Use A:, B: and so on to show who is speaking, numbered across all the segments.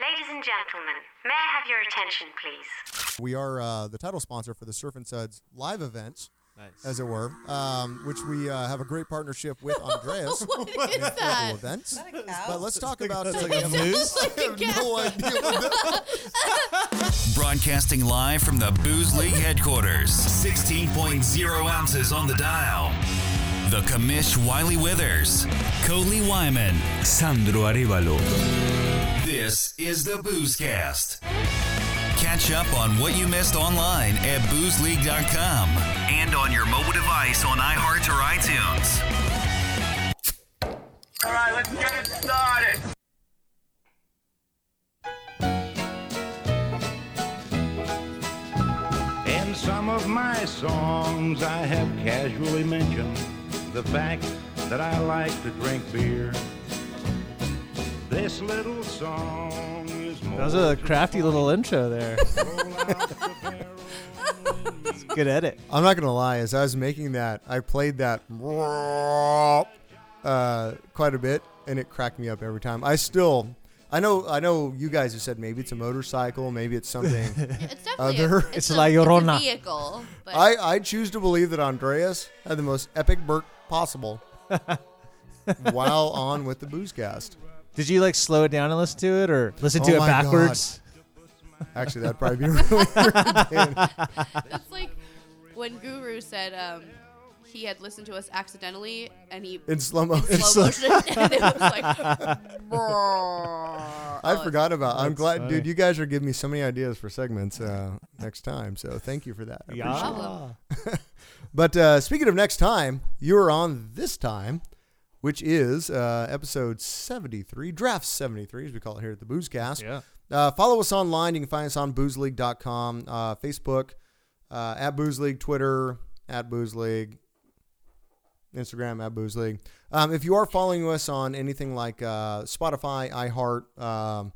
A: and gentlemen, may I have your attention, please?
B: We are uh, the title sponsor for the Surf and Suds live events,
C: Nice.
B: as it were, um, which we uh, have a great partnership with Andreas.
D: What is
B: in
D: that?
B: Affordable events.
D: cow?
B: But let's talk about it.
C: like a moose?
B: I have no idea what that
E: Broadcasting live from the Booze League headquarters. 16.0 ounces on the dial. The Commish Wiley Withers, Coley Wyman, Sandro Arevalo. This is the Boozecast. Catch up on what you missed online at boozeleague.com and on your mobile device on iHeart or iTunes.
F: All right, let's get it started.
G: In some of my songs, I have casually mentioned the fact that I like to drink beer. This little song is more.
C: That was a crafty little intro there. Good edit.
B: I'm not gonna lie. As I was making that, I played that uh, quite a bit, and it cracked me up every time. I still, I know, I know. You guys have said maybe it's a motorcycle, maybe it's something.
D: It's definitely
B: Other-
D: a, it's,
C: It's
D: a,
C: La Llorona.
D: It's a vehicle. But
B: I, I choose to believe that Andreas had the most epic burp possible while on with the boozecast.
C: Did you like slow it down and listen to it, or listen to
B: Oh
C: it
B: my God.
C: backwards?
B: Actually, that'd probably be really weird.
D: it's like when Guru said um, he had listened to us accidentally and he
B: in slow mo.
D: in slow motion and it was like. brrrr.
B: I
D: Oh,
B: forgot about. I'm
C: That's
B: glad,
C: funny.
B: dude. You guys are giving me so many ideas for segments uh, next time. So thank you for that. I appreciate it.
D: problem.
B: But uh, speaking of next time, you're on this time, which is uh, episode 73, draft 73, as we call it here at the Boozecast.
C: Yeah.
B: Uh, follow us online. You can find us on boozeleague.com, uh, Facebook, uh, at Booze League, Twitter, at Booze League, Instagram, at Booze League. Um, if you are following us on anything like uh, Spotify, iHeart, um,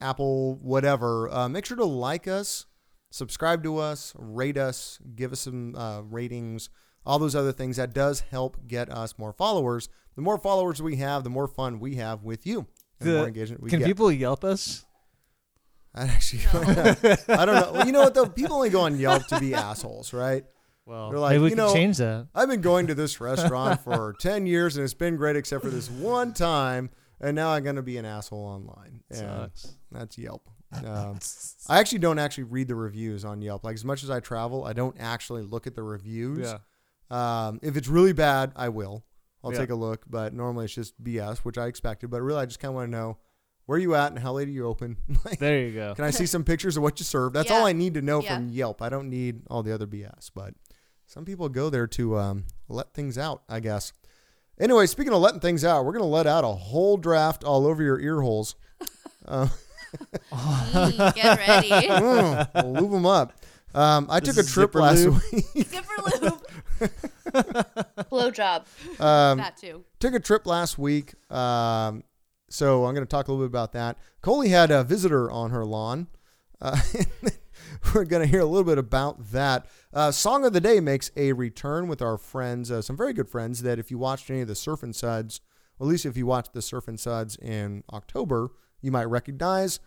B: Apple, whatever, uh, make sure to like us, subscribe to us, rate us, give us some uh, ratings, all those other things. That does help get us more followers. The more followers we have, the more fun we have with you. And the,
C: The-
B: more engagement we
C: can
B: get.
C: people Yelp us?
B: I actually, I don't know. Well, you know what though? People only go on Yelp to be assholes, right?
C: Well,
B: They're like,
C: maybe we
B: you
C: can
B: know,
C: change that.
B: I've been going to this restaurant for ten years and it's been great, except for this one time, and now I'm gonna be an asshole online. Yeah,
C: Sucks.
B: that's Yelp. Um, I actually don't actually read the reviews on Yelp. Like as much as I travel, I don't actually look at the reviews.
C: Yeah.
B: Um, if it's really bad, I will. I'll
C: Yeah.
B: take a look, but normally it's just BS, which I expected. But really, I just kind of want to know where you at and how late are you open. Like,
C: There you go.
B: can I see some pictures of what you served? That's
D: Yeah.
B: all I need to know
D: Yeah.
B: from Yelp. I don't need all the other BS. But some people go there to um, let things out, I guess. Anyway, speaking of letting things out, we're going to let out a whole draft all over your ear holes.
D: Mm, get ready.
B: Mm, we'll lube them up. Um, I took a
C: is
B: trip
C: zipper
B: last
C: lube.
B: week.
D: Zipper loop.
A: Blow job.
B: Um,
D: that too.
B: took a trip last week. Um, so I'm going to talk a little bit about that. Coley had a visitor on her lawn. Uh, we're going to hear a little bit about that. Uh, Song of the Day makes a return with our friends, uh, some very good friends that if you watched any of the Surf and Suds, well, at least if you watched the Surf and Suds in October, you might recognize.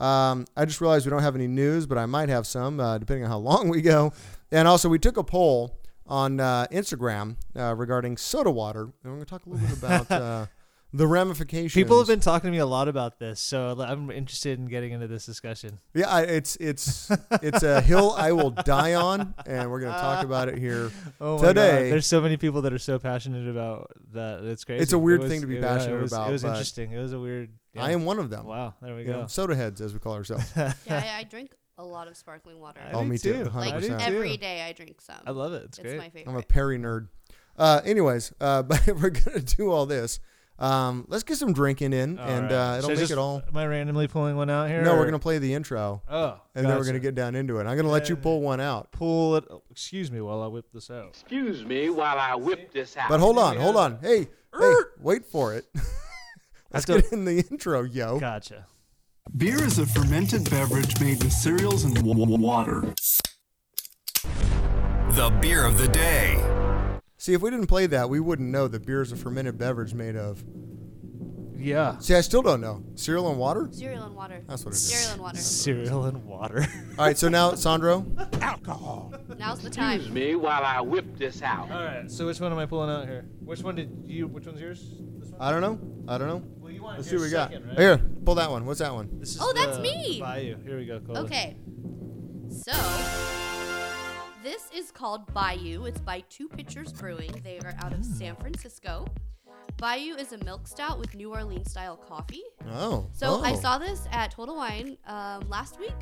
B: Um, I just realized we don't have any news, but I might have some uh, depending on how long we go. And also, we took a poll on uh, Instagram uh, regarding soda water, and we're going to talk a little bit about uh, the ramifications.
C: People have been talking to me a lot about this, so I'm interested in getting into this discussion.
B: Yeah, I, it's it's it's a hill I will die on, and we're going to talk about it here
C: Oh my
B: today.
C: God. there's so many people that are so passionate about that. It's crazy.
B: It's a weird
C: It was-
B: thing to be
C: it-
B: passionate
C: it was,
B: about,
C: It was
B: but-
C: interesting. It was a weird. yeah.
B: I am one of them.
C: Wow. There we
B: You know,
C: go.
B: soda heads, as we call ourselves.
D: Yeah, I, I drink a lot of sparkling water.
C: I
B: Oh,
C: do
B: me too.
C: too.
D: like
C: I do
B: 100%.
C: too.
D: every day, I drink some.
C: I love it. It's,
D: It's
C: great.
D: my favorite.
B: I'm a Perry nerd. Uh, anyways, uh, but if we're gonna do all this, um, let's get some drinking in,
C: All
B: and
C: right.
B: uh, it'll
C: Should I
B: make
C: just-
B: it all.
C: Am I randomly pulling one out here?
B: No,
C: or-
B: we're gonna play the intro,
C: Oh,
B: and then we're gonna
C: gotcha.
B: get down into it. I'm gonna let you pull one out.
C: pull it. oh, excuse me, while I whip this out.
F: Excuse me while I whip this out.
B: But hold on, hold on. Hey, hey wait for it. let's
C: That's a-
B: get in the intro, yo.
C: Gotcha.
H: Beer is a fermented beverage made with cereals and w- w- water.
E: The beer of the day.
B: See, if we didn't play that, we wouldn't know that beer is a fermented beverage made of
C: Yeah.
B: See, I still don't know. Cereal and water?
D: Cereal and water.
B: That's what it is.
D: Cereal and water.
C: Cereal and water.
B: All right, so now, Sandro,
D: Now's the time.
F: Me while I whip this out.
C: All right. So which one am I pulling out here? Which one did you? Which one's yours? This one.
B: I don't know. I don't know.
C: Well, you want
B: Let's see what we got.
C: second, Right?
B: Here, pull that one. What's that one?
C: This is
D: Oh, that's
C: the
D: me!
C: Bayou. Here we go. Cola.
D: Okay. So this is called Bayou. It's by Two Pitchers Brewing. They are out of San Francisco. Bayou is a milk stout with New Orleans style coffee.
B: Oh.
D: So I
B: oh.
D: saw this at Total Wine um, last week,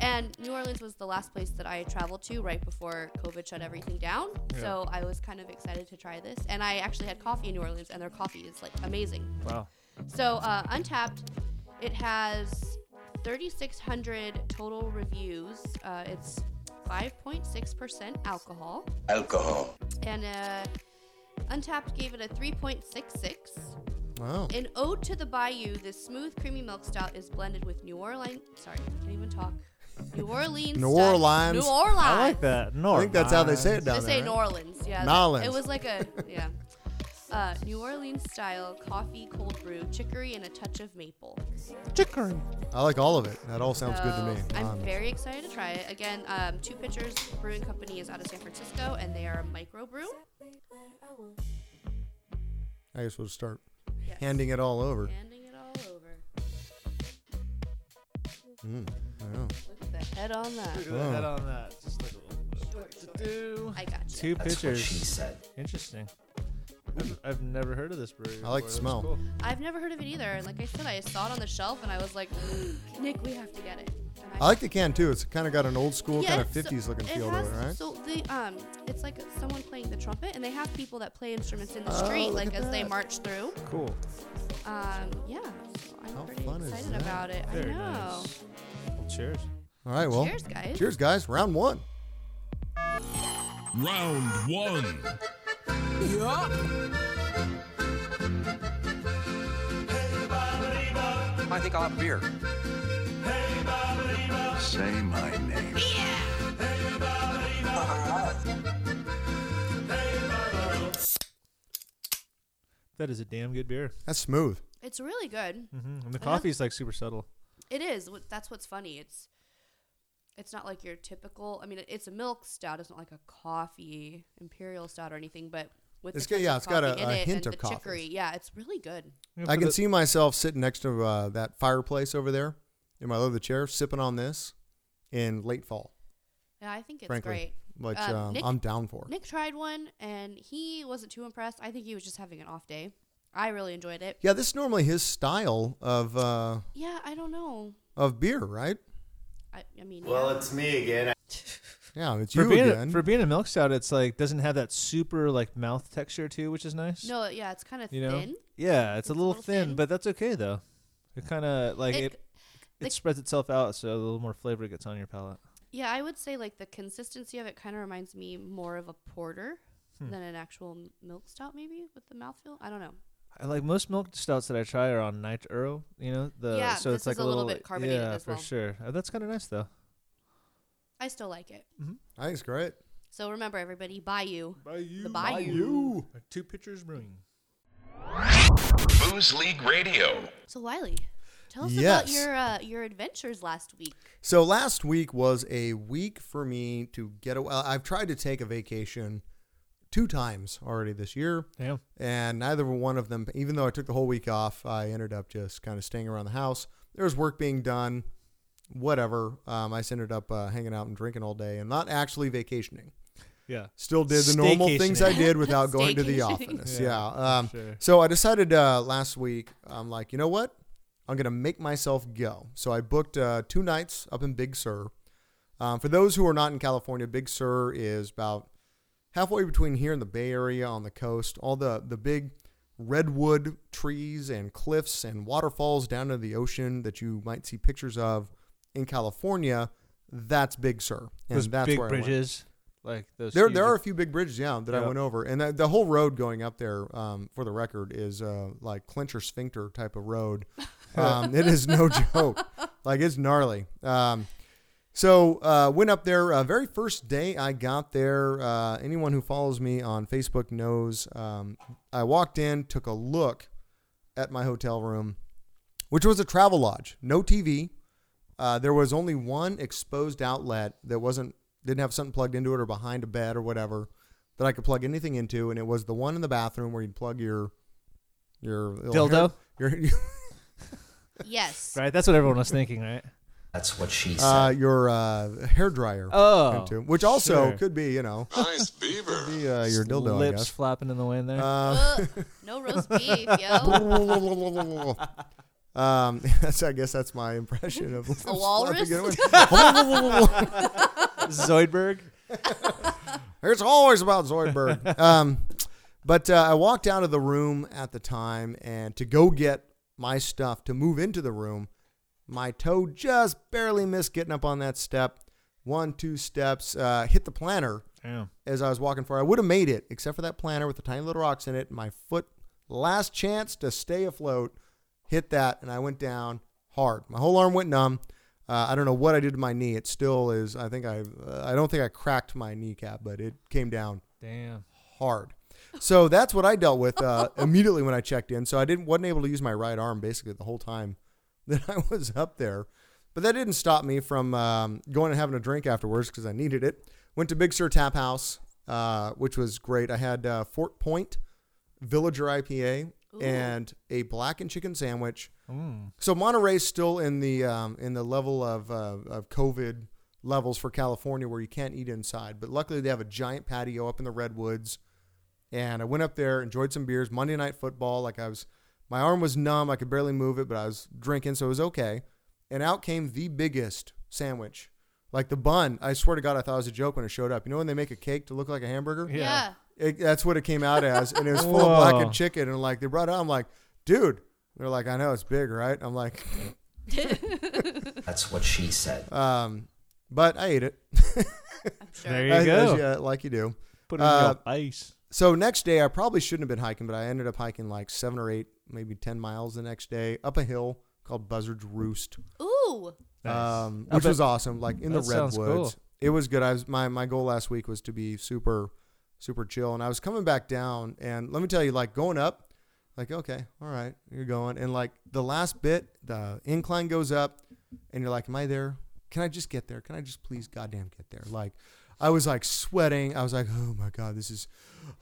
D: and New Orleans was the last place that I traveled to right before COVID shut everything down. So I was kind of excited to try this, and I actually had coffee in New Orleans, and their coffee is like amazing.
C: Wow.
D: So uh, Untapped, it has 3,600 total reviews. Uh, it's 5.6% alcohol,
I: Alcohol.
D: and uh, Untapped gave it a 3.66.
B: Wow.
D: In Ode to the Bayou, this smooth, creamy milk stout is blended with New Orleans. Sorry, I can't even talk. New Orleans.
B: New
D: style-
B: Orleans.
D: New Orleans.
C: I like that. North.
B: I think that's how they say it
D: They
B: down
D: say
B: there.
D: New
B: right?
D: Orleans. Yeah.
B: New Orleans.
D: It was like a yeah. Uh, New Orleans style coffee cold brew, chicory, and a touch of maple.
B: I like all of it. That all sounds good to me.
D: So, I'm
B: Um,
D: very excited to try it. Again, um, Two Pitchers Brewing Company is out of San Francisco, and they are a micro brew.
B: I guess we'll start
D: Yes.
B: handing it all over.
D: Handing it all over.
B: Oh.
D: Look at the head on that.
C: Look at the head on that. Just like a little bit. Do.
D: I got you.
C: Two pitchers.
I: said.
C: Interesting. I've, I've never heard of this brewery.
B: I like the
C: before. That's
B: smell.
C: cool.
D: I've never heard of it either. And like I said, I saw it on the shelf and I was like, Nick, we have to get it. And
B: I like the can too. It's kind of got an old school kind of
D: it's-
B: 50s looking feel
D: has,
B: to it, right?
D: So the um, it's like someone playing the trumpet, and they have people that play instruments in the
B: Oh,
D: street, like as they march through.
C: Cool.
D: Um, yeah, so I'm
B: How
D: pretty
B: fun is
D: excited
B: that?
D: about it.
C: Very
D: I know.
C: nice. Well, cheers.
B: all right, well.
D: Cheers, guys.
B: Cheers, guys. Round one.
E: Round one.
I: I think I'll have a beer.
H: Say my name.
C: That is a damn good beer.
B: That's smooth.
D: It's really good.
B: Mm-hmm.
C: hmm And the coffee's like super subtle.
D: It is. Wh- That's what's funny. It's it's not like your typical. I mean, it's a milk stout. It's not like a coffee imperial stout or anything, but with
B: It's
D: the
B: got-
D: touch
B: yeah,
D: of
B: it's got a-
D: coffee in
B: a
D: it
B: hint
D: and
B: of
D: the
B: coffee.
D: chicory. Yeah, it's really good.
B: I
C: For
B: can
C: the-
B: see myself sitting next to uh, that fireplace over there in my leather chair, sipping on this in late fall.
D: Yeah, I think it's
B: frankly,
D: great.
B: which
D: Um,
B: um,
D: Nick,
B: I'm down for.
D: Nick tried one and he wasn't too impressed. I think he was just having an off day. I really enjoyed it.
B: Yeah, this is normally his style of uh,
D: Yeah, I don't know.
B: of beer, right?
D: I, I mean, well, it's
B: Yeah, it's
C: For
B: you
C: being,
B: again.
C: a, for being a milk stout, it's like doesn't have that super like mouth texture too, which is nice.
D: no, yeah, it's kind of
C: you know.
D: thin.
C: Yeah, it's, a little thin,
D: thin.
C: but that's okay though. It kind of like
D: It-
C: it, it,
D: the-
C: spreads itself out, so a little more flavor gets on your palate.
D: Yeah, I would say like the consistency of it kind of reminds me more of a porter than an actual m- milk stout, maybe with the mouthfeel. I don't know.
C: I like most milk stouts that I try are on night earl, you know. The
D: Yeah,
C: so
D: this
C: it's like
D: is a little bit carbonated
C: yeah,
D: as
C: for
D: well.
C: sure. Uh, that's kind of nice though.
D: I still like it.
B: I think it's great.
D: So remember, everybody, Bayou.
C: Bayou,
D: The Bayou.
C: two pitchers brewing.
J: Booze League Radio.
D: So Wiley, tell us about
B: Yes.
D: your uh, your adventures last week.
B: So last week was a week for me to get away. I've tried to take a vacation two times already this year,
C: Yeah,
B: and neither one of them. Even though I took the whole week off, I ended up just kind of staying around the house. There was work being done, whatever. Um, I just ended up uh, hanging out and drinking all day and not actually vacationing.
C: yeah.
B: Still did the normal things I did without going to the
D: Staycationing.
B: office.
C: Yeah,
B: Yeah. um,
C: sure.
B: So I decided uh, last week, I'm like, you know what? I'm going to make myself go. So I booked uh, two nights up in Big Sur. Um, for those who are not in California, Big Sur is about halfway between here and the Bay Area on the coast. All the, the big redwood trees and cliffs and waterfalls down to the ocean that you might see pictures of in California. That's Big Sur. And
C: Those
B: that's
C: big
B: where I went.
C: bridges, like those.
B: There,
C: huge-
B: there are a few big bridges, yeah, that I
C: Yeah.
B: went over, and that, the whole road going up there, um, for the record, is uh, like clincher sphincter type of road. Um, it is no joke, like it's gnarly. Um, so uh, went up there. Uh, very first day I got there. Uh, anyone who follows me on Facebook knows. Um, I walked in, took a look at my hotel room, which was a travel lodge, no TV. Uh, there was only one exposed outlet that wasn't didn't have something plugged into it or behind a bed or whatever that I could plug anything into, and it was the one in the bathroom where you'd plug your your
C: Dildo?
B: your uh,
D: Yes.
C: Right? That's what everyone was thinking, right?
J: That's what she said.
B: uh, your uh, hair dryer
C: Oh,
B: into, which also
C: sure.
B: could be you know
J: nice beaver.
B: could be, uh, your dildo I
C: Lips
B: guess. Uh,
C: flapping in the wind there.
D: Ugh, Uh, no roast beef, yo.
B: um, that's I guess that's my impression of
D: A walrus?
C: Zoidberg.
B: It's always about Zoidberg. um, but uh, I walked out of the room at the time and to go get my stuff to move into the room, my toe just barely missed getting up on that step. One, two steps, uh, hit the planter
C: Damn.
B: as I was walking forward. I would have made it, except for that planter with the tiny little rocks in it. My foot, last chance to stay afloat, hit that, and I went down hard. My whole arm went numb. Uh, I don't know what I did to my knee. It still is. I think I. Uh, I don't think I cracked my kneecap, but it came down
C: Damn.
B: hard. So that's what I dealt with uh, immediately when I checked in. So I didn't wasn't able to use my right arm basically the whole time that I was up there. But that didn't stop me from um, going and having a drink afterwards because I needed it. Went to Big Sur Tap House, uh, which was great. I had uh, Fort Point Villager IPA and a blackened chicken sandwich. So Monterey's still in the um, in the level of uh, of COVID levels for California where you can't eat inside, but luckily they have a giant patio up in the redwoods. And I went up there, enjoyed some beers. Monday night football, like I was, my arm was numb. I could barely move it, but I was drinking, so it was okay. And out came the biggest sandwich, like the bun. I swear to God, I thought it was a joke when it showed up. You know when they make a cake to look like a hamburger?
C: Yeah.
D: Yeah.
B: It, that's what it came out as, and it was full
C: Whoa.
B: of blackened chicken. And like they brought it out, I'm like, dude. They're like, I know it's big, right? I'm like,
J: That's what she said.
B: um, but I ate it.
D: Sure.
C: There you
B: As-
C: go.
B: as- yeah, like you do.
C: Put it in
B: Uh,
C: your ice.
B: So next day, I probably shouldn't have been hiking, but I ended up hiking like seven or eight, maybe ten miles the next day up a hill called Buzzard's Roost,
D: Ooh.
B: um,
C: I
B: which
C: bet-
B: was awesome. Like in the
C: Oh, That sounds
B: redwoods,
C: cool.
B: it was good. I was my my goal last week was to be super super chill, and I was coming back down, and let me tell you, like going up, like okay, all right, you're going, and like the last bit, the incline goes up, and you're like, am I there? Can I just get there? Can I just please, goddamn, get there? Like. I was like sweating. I was like, "Oh my god, this is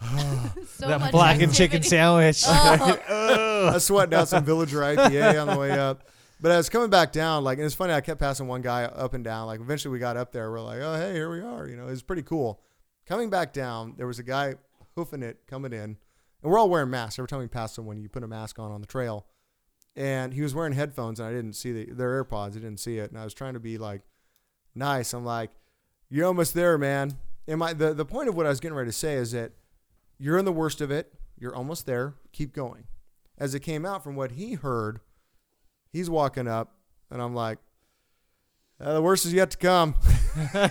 D: So
C: That Oh.
D: much
C: blackened chicken
D: activity.
C: sandwich.
B: I was sweating out some Villager IPA on the way up. But I was coming back down, like, and it's funny, I kept passing one guy up and down. Like, eventually we got up there. We're like, oh, hey, here we are. You know, it was pretty cool. Coming back down, there was a guy hoofing it coming in. And we're all wearing masks. Every time we pass someone, you put a mask on on the trail. And he was wearing headphones, and I didn't see the, their AirPods. I didn't see it. And I was trying to be like, nice. I'm like, you're almost there, man. And my, the, the point of what I was getting ready to say is that you're in the worst of it. You're almost there. Keep going. As it came out from what he heard, he's walking up, and I'm like, "Uh, the worst is yet to come.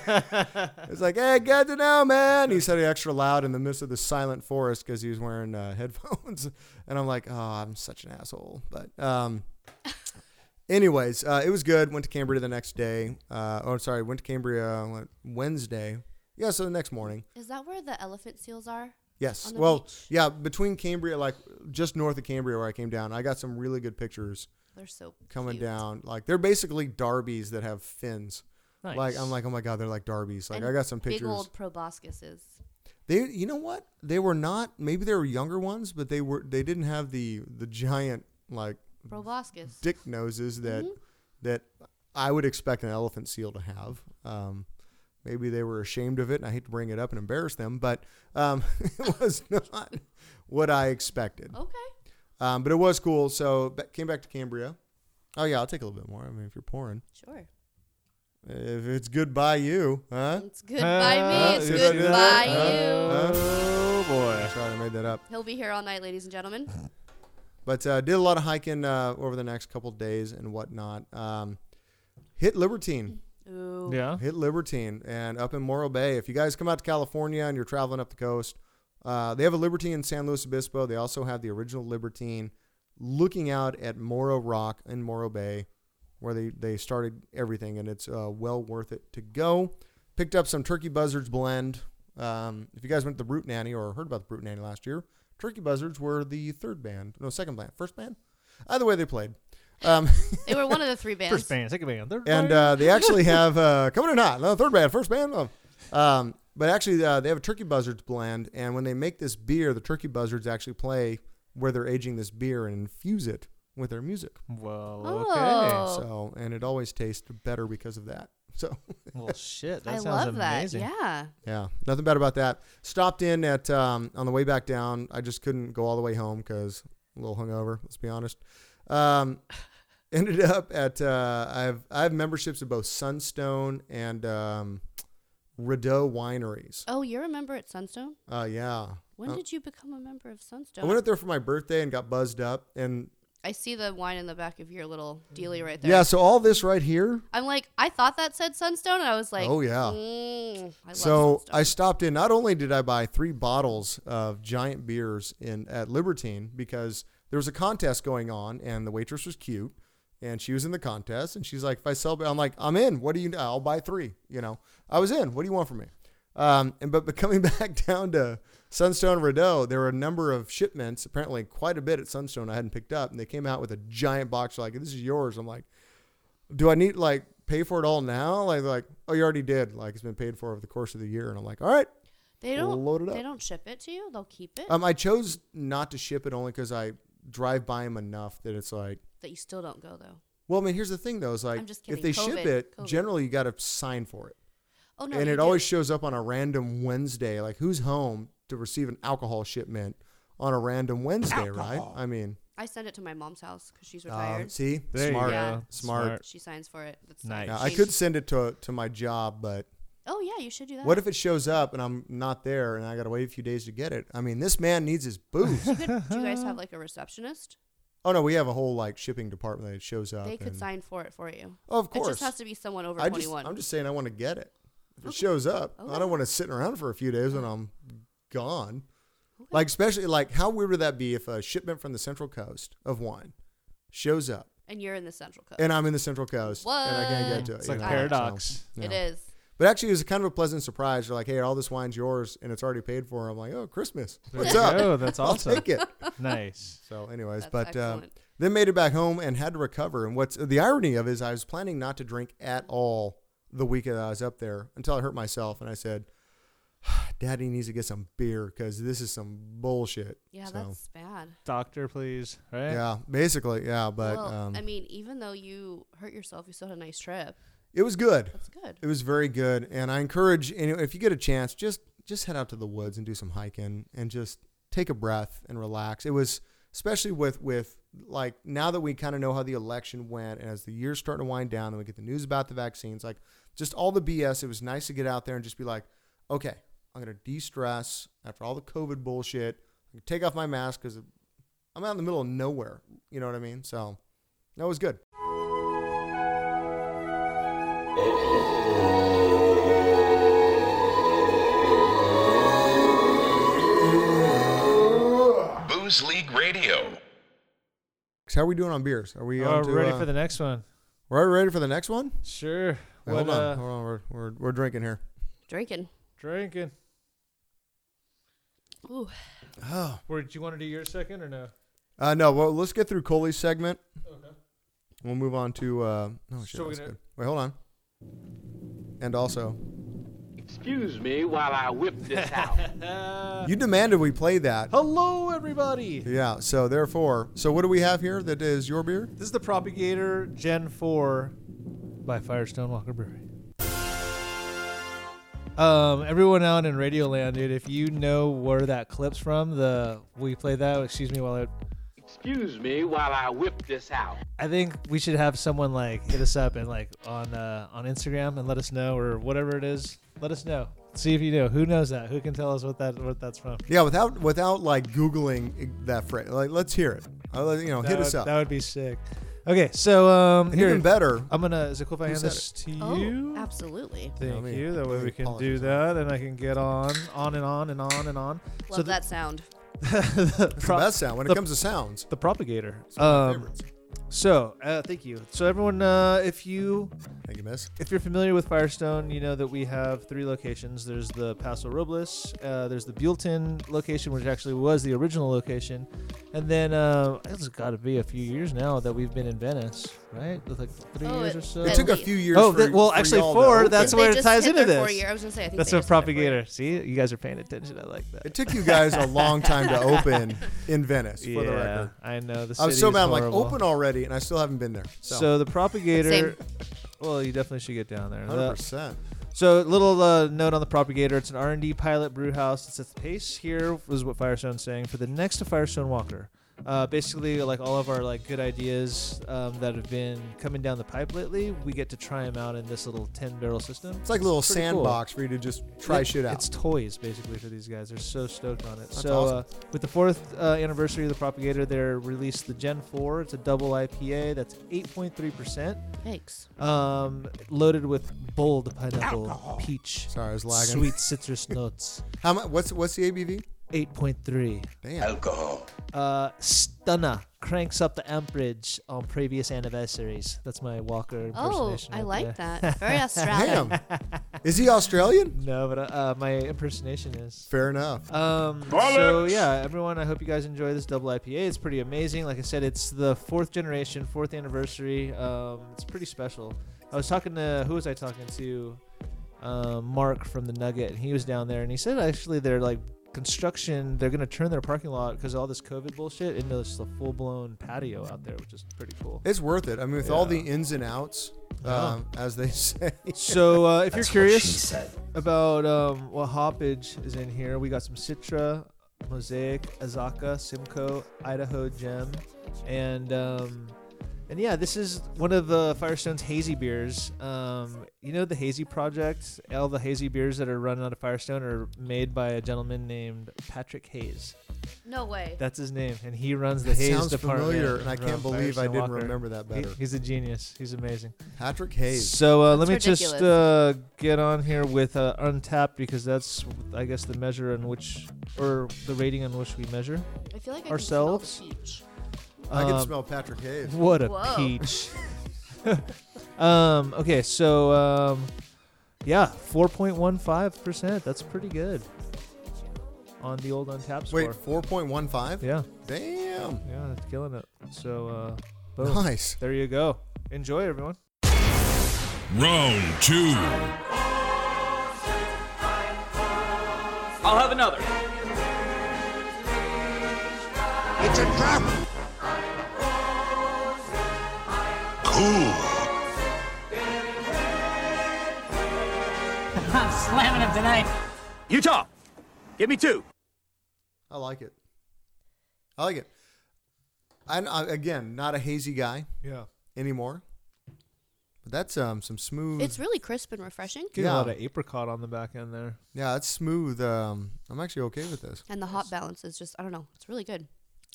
B: it's like, hey, good to know, man. He said it extra loud in the midst of the silent forest because he was wearing uh, headphones. And I'm like, oh, I'm such an asshole. But, um, anyways, uh, it was good. Went to Cambria the next day. Uh, oh, sorry, went to Cambria on Wednesday. Yeah, so the next morning.
D: Is that where the elephant seals are?
B: Yes.
D: on the
B: Well,
D: beach.
B: yeah, between Cambria, like just north of Cambria where I came down, I got some really good pictures
D: They're so
B: coming
D: cute.
B: down. Like they're basically Darbies that have fins.
C: Nice.
B: Like I'm like, oh my god, they're like Darbies. Like
D: And
B: I got some
D: Big
B: pictures.
D: old proboscises.
B: They, you know what? They were not. Maybe they were younger ones, but they were. They didn't have the the giant like
D: Proboscis.
B: dick noses that
D: Mm-hmm.
B: that I would expect an elephant seal to have. Um, maybe they were ashamed of it, and I hate to bring it up and embarrass them, but um, it was not what I expected.
D: Okay.
B: Um, but it was cool. So ba- came back to Cambria. Oh yeah, I'll take a little bit more. I mean, if you're pouring,
D: Sure.
B: if it's good by you, huh?
D: It's good
C: Uh,
D: by me. It's
B: did I
D: good
B: do
D: by
B: that?
D: you.
C: Oh boy.
B: Sorry, I made that up.
D: He'll be here all night, ladies and gentlemen.
B: But uh, did a lot of hiking uh, over the next couple days and whatnot. Um, hit Libertine.
D: Ooh.
C: Yeah.
B: Hit Libertine and up in Morro Bay. If you guys come out to California and you're traveling up the coast, uh, they have a Libertine in San Luis Obispo. They also have the original Libertine looking out at Morro Rock in Morro Bay, where they, they started everything, and it's uh, well worth it to go. Picked up some Turkey Buzzards blend. Um, if you guys went to the Brute Nanny or heard about the Brute Nanny last year, Turkey Buzzards were the third band, no, second band, first band Either way, they played. Um,
D: They were one of the three bands.
C: First band, second band, third
B: and
C: band.
B: uh, they actually have uh, coming or not, no, third band, first band. No. Um, but actually, uh, they have a turkey buzzards blend, and when they make this beer, the turkey buzzards actually play where they're aging this beer and infuse it with their music.
C: well,
D: Oh.
C: okay.
B: So, and it always tastes better because of that. So,
C: Well, shit. That
D: I
C: sounds
D: love
C: amazing.
D: that. Yeah.
B: yeah, nothing bad about that. Stopped in at um, on the way back down. I just couldn't go all the way home because a little hungover. Let's be honest. Um, ended up at uh, I have I have memberships at both Sunstone and um, Rideau wineries.
D: Oh, you're a member at Sunstone?
B: Uh, yeah.
D: When
B: Uh,
D: did you become a member of Sunstone?
B: I went up there for my birthday and got buzzed up. And
D: I see the wine in the back of your little dealie right there.
B: yeah, so all this right here.
D: I'm like, I thought that said Sunstone, and I was like,
B: Oh, yeah.
D: mm, I love
B: so
D: Sunstone.
B: I stopped in. Not only did I buy three bottles of giant beers in at Libertine because there was a contest going on, and the waitress was cute, and she was in the contest, and she's like, "If I sell," I'm like, "I'm in. What do you? I'll buy three. You know, I was in. What do you want from me?" Um, and but, but coming back down to Sunstone Rideau, there were a number of shipments, apparently quite a bit at Sunstone I hadn't picked up, and they came out with a giant box. Like, "This is yours." I'm like, do I need like pay for it all now? Like like oh you already did. Like it's been paid for over the course of the year. And I'm like, all right.
D: they don't
B: load it up.
D: They don't ship it to you. They'll keep it.
B: Um, I chose not to ship it only because I drive by them enough that it's like.
D: that you still don't go though.
B: Well, I mean, here's the thing though. Is like
D: I'm just
B: if
D: kidding.
B: they
D: COVID,
B: ship it,
D: COVID.
B: generally you got to sign for it,
D: Oh no.
B: and
D: you
B: it
D: do.
B: always shows up on a random Wednesday. Like who's home to receive an alcohol shipment on a random Wednesday, right? I mean,
D: I send it to my mom's house because she's
B: um,
D: retired.
B: see,
C: There you
B: smart,
D: go.
B: smart.
C: Smart.
D: she signs for it. That's
C: Nice.
B: Now, I could send it to to my job, but
D: Oh yeah, you should do that.
B: What if it shows up and I'm not there and I got to wait a few days to get it? I mean, this man needs his booze.
D: You could- do you guys have like a receptionist?
B: oh no, we have a whole like shipping department that shows up.
D: They could
B: and-
D: sign for it for you.
B: Oh, of
D: It
B: course.
D: just has to be someone over
B: I just,
D: 21.
B: I'm just saying I want to get it. If it shows up, I don't want to sit around for a few days when I'm gone. Like especially like how weird would that be if a shipment from the Central Coast of wine shows up
D: and you're in the Central Coast.
B: and I'm in the Central Coast and I can't get
D: What?
B: to it.
C: It's
B: you
C: like
B: know, so,
C: paradox.
B: yeah.
D: It is.
B: But actually, it was kind of a pleasant surprise. You're like, "Hey, all this wine's yours, and it's already paid for." I'm like, "Oh, Christmas! What's
C: you
B: up?
C: go. That's awesome.
B: I'll take it."
C: Nice.
B: So, anyways,
D: That's
B: but uh,
D: excellent.
B: then made it back home and had to recover. And what's the irony of it is I was planning not to drink at all the week that I was up there until I hurt myself, and I said, "Daddy needs to get some beer because this is some bullshit."
D: Yeah,
B: So,
D: that's bad.
C: Doctor, please. Right?
B: yeah, basically, yeah. But
D: well,
B: um,
D: I mean, even though you hurt yourself, you still had a nice trip.
B: it was good.
D: That's good.
B: It was very good, and I encourage any if you get a chance, just just head out to the woods and do some hiking and just take a breath and relax. It was especially with with like now that we kind of know how the election went, and as the year's starting to wind down, and we get the news about the vaccines, like just all the BS. It was nice to get out there and just be like, okay, I'm gonna de-stress after all the COVID bullshit. I'm gonna take off my mask because I'm out in the middle of nowhere. You know what I mean? So that was good.
K: Booze League Radio.
B: So how are we doing on beers? Are we
C: Are
B: on to,
C: Oh, ready
B: uh,
C: for the next one?
B: We're ready for the next one.
C: Sure.
B: Wait,
C: What,
B: hold on,
C: uh,
B: hold on. We're, we're, we're drinking here.
D: Drinking.
C: Drinking.
D: Ooh.
B: Oh.
C: Where, do you want to do your second or no?
B: Uh, no, well, let's get through Coley's segment.
C: Okay.
B: We'll move on to. Uh, oh, shit.
C: So we're
B: that's
C: gonna-
B: good. Wait, hold on. And also,
F: Excuse me while I whip this out.
B: you demanded we play that.
C: Hello, everybody.
B: Yeah, so therefore. So what do we have here that is your beer?
C: This is the Propagator Gen 4 by Firestone Walker Brewery. Um, everyone out in Radio Land, dude, if you know where that clip's from, the we play that. Excuse me while I
F: Excuse me while I whip this out.
C: I think we should have someone like hit us up and like on uh, on Instagram and let us know or whatever it is. Let us know. See if you know. Who knows that? Who can tell us what that what that's from?
B: Yeah, without without like Googling e, that phrase. Like, let's hear it. I'll let- you know,
C: That
B: hit
C: would,
B: us up.
C: That would be sick. Okay, so um,
B: And
C: here
B: Even better.
C: I'm gonna. Is it cool if I
B: Who
C: hand
B: said
C: this to
D: Oh,
C: you?
D: absolutely.
C: Thank
B: me-
C: you. That way
B: let me
C: we can do
B: apologize.
C: that, and I can get on, on and on and on and on.
D: Love
C: so
D: that sound.
C: the, the,
B: It's
C: pro-
B: the best sound when
C: the-
B: it comes to sounds.
C: the propagator.
B: It's one of my
C: Um,
B: favorites.
C: So, uh, thank you. So, everyone, uh, if you
B: Thank you, Miss.
C: if you're familiar with Firestone, you know that we have three locations. There's the Paso Robles, uh, there's the Buellton location, which actually was the original location, and then uh, it's got to be a few years now that we've been in Venice, right? With like three
D: Oh,
C: years
D: it-
C: or so.
D: It took a
B: few years
C: Oh,
B: for-
C: that- well,
B: for
C: actually
B: y'all to
C: four.
B: open.
C: That's
D: They
C: where it
D: just
C: ties
D: hit
C: into
D: their
C: this.
D: four year- I was gonna say, I think
C: that's
D: they
C: a
D: just hit their four
C: propagator. See, you guys are paying attention. I like that.
B: It took you guys a long time to open in Venice, for the
C: Yeah,
B: record.
C: I know, the
B: I was
C: city
B: so
C: is
B: mad. I'm like,
C: horrible.
B: open already, and I still haven't been there. So,
C: So, uh, the
B: Same.
C: propagator. Well, you definitely should get down there. The-
B: 100%.
C: So little uh, note on the propagator. It's an R and D pilot brew house that sets the pace. Here was what Firestone's saying for the next to Firestone Walker. Uh, basically, like all of our like good ideas um, that have been coming down the pipe lately, we get to try them out in this little ten barrel system.
B: it's like a little
C: Pretty cool.
B: sandbox for you to just try
C: It-
B: shit out.
C: It's toys basically for these guys. They're so stoked on it.
B: That's
C: so
B: awesome.
C: uh, with the fourth uh, anniversary of the Propagator, they released the Gen 4. It's a double IPA that's 8.3 percent.
D: Thanks.
C: Um, loaded with bold pineapple, peach,
B: Sorry, I was lagging.
C: sweet citrus notes.
B: How much? What's what's the ABV?
C: 8.3.
B: Damn. Alcohol.
C: Uh, Stunner cranks up the amperage on previous anniversaries. That's my Walker
D: Oh,
C: impersonation.
D: I
C: right
D: like
C: there.
D: that. Very Australian.
B: Damn. Is he Australian?
C: No, but uh, my impersonation is.
B: Fair enough.
C: Um, so yeah, everyone, I hope you guys enjoy this double IPA. It's pretty amazing. Like I said, it's the fourth generation, fourth anniversary. Um, it's pretty special. I was talking to who was I talking to? Um, Mark from the Nugget, and he was down there, and he said actually they're like construction. They're gonna turn their parking lot because all this COVID bullshit into just a full blown patio out there, which is pretty cool.
B: It's worth it. I mean, with all the
C: Yeah.
B: ins and outs,
C: Yeah.
B: um, as they say.
C: So uh, if
J: That's
C: you're
J: what she
C: curious
J: said.
C: about um, what hoppage is in here, we got some Citra, Mosaic, Azaka, Simcoe, Idaho Gem, and um, and yeah, this is one of the Firestone's hazy beers. Um, you know the Hazy Project. All the hazy beers that are run out of Firestone are made by a gentleman named Patrick Hayes.
D: No way.
C: That's his name, and he runs the
B: That
C: haze
B: sounds
C: department.
B: familiar, and I
C: from
B: can't believe I
C: Firestone
B: didn't
C: Walker.
B: remember that
C: He-
B: better.
C: he's a genius. He's amazing.
B: Patrick Hayes.
C: So uh, let me
D: That's
C: just uh,
D: ridiculous.
C: get on here with uh, Untapped because that's, I guess, the measure on which, or the rating on which we measure.
D: I feel like I
C: Ourselves?
D: Can smell the peach.
B: I can
C: Um,
B: smell Patrick Hayes.
C: What a
D: Whoa.
C: peach. um. Okay. So. Um, yeah, 4.15%. That's pretty good on the old Untapped score.
B: Wait, 4.15?
C: Yeah.
B: Damn.
C: Yeah, that's killing it. So. Uh, boom.
B: Nice.
C: There you go. Enjoy, everyone.
E: Round two.
L: I'll have another.
K: It's a trap. Cool.
L: I'm slamming him tonight. Utah, give me two.
B: I like it. I like it. I, I again, not a hazy guy
C: Yeah.
B: anymore. But that's um some smooth.
D: It's really crisp and refreshing.
C: Getting
B: Yeah.
C: a lot of apricot on the back end there.
B: yeah, it's smooth. Um, I'm actually okay with this.
D: And the hot balance is just, I don't know, it's really good.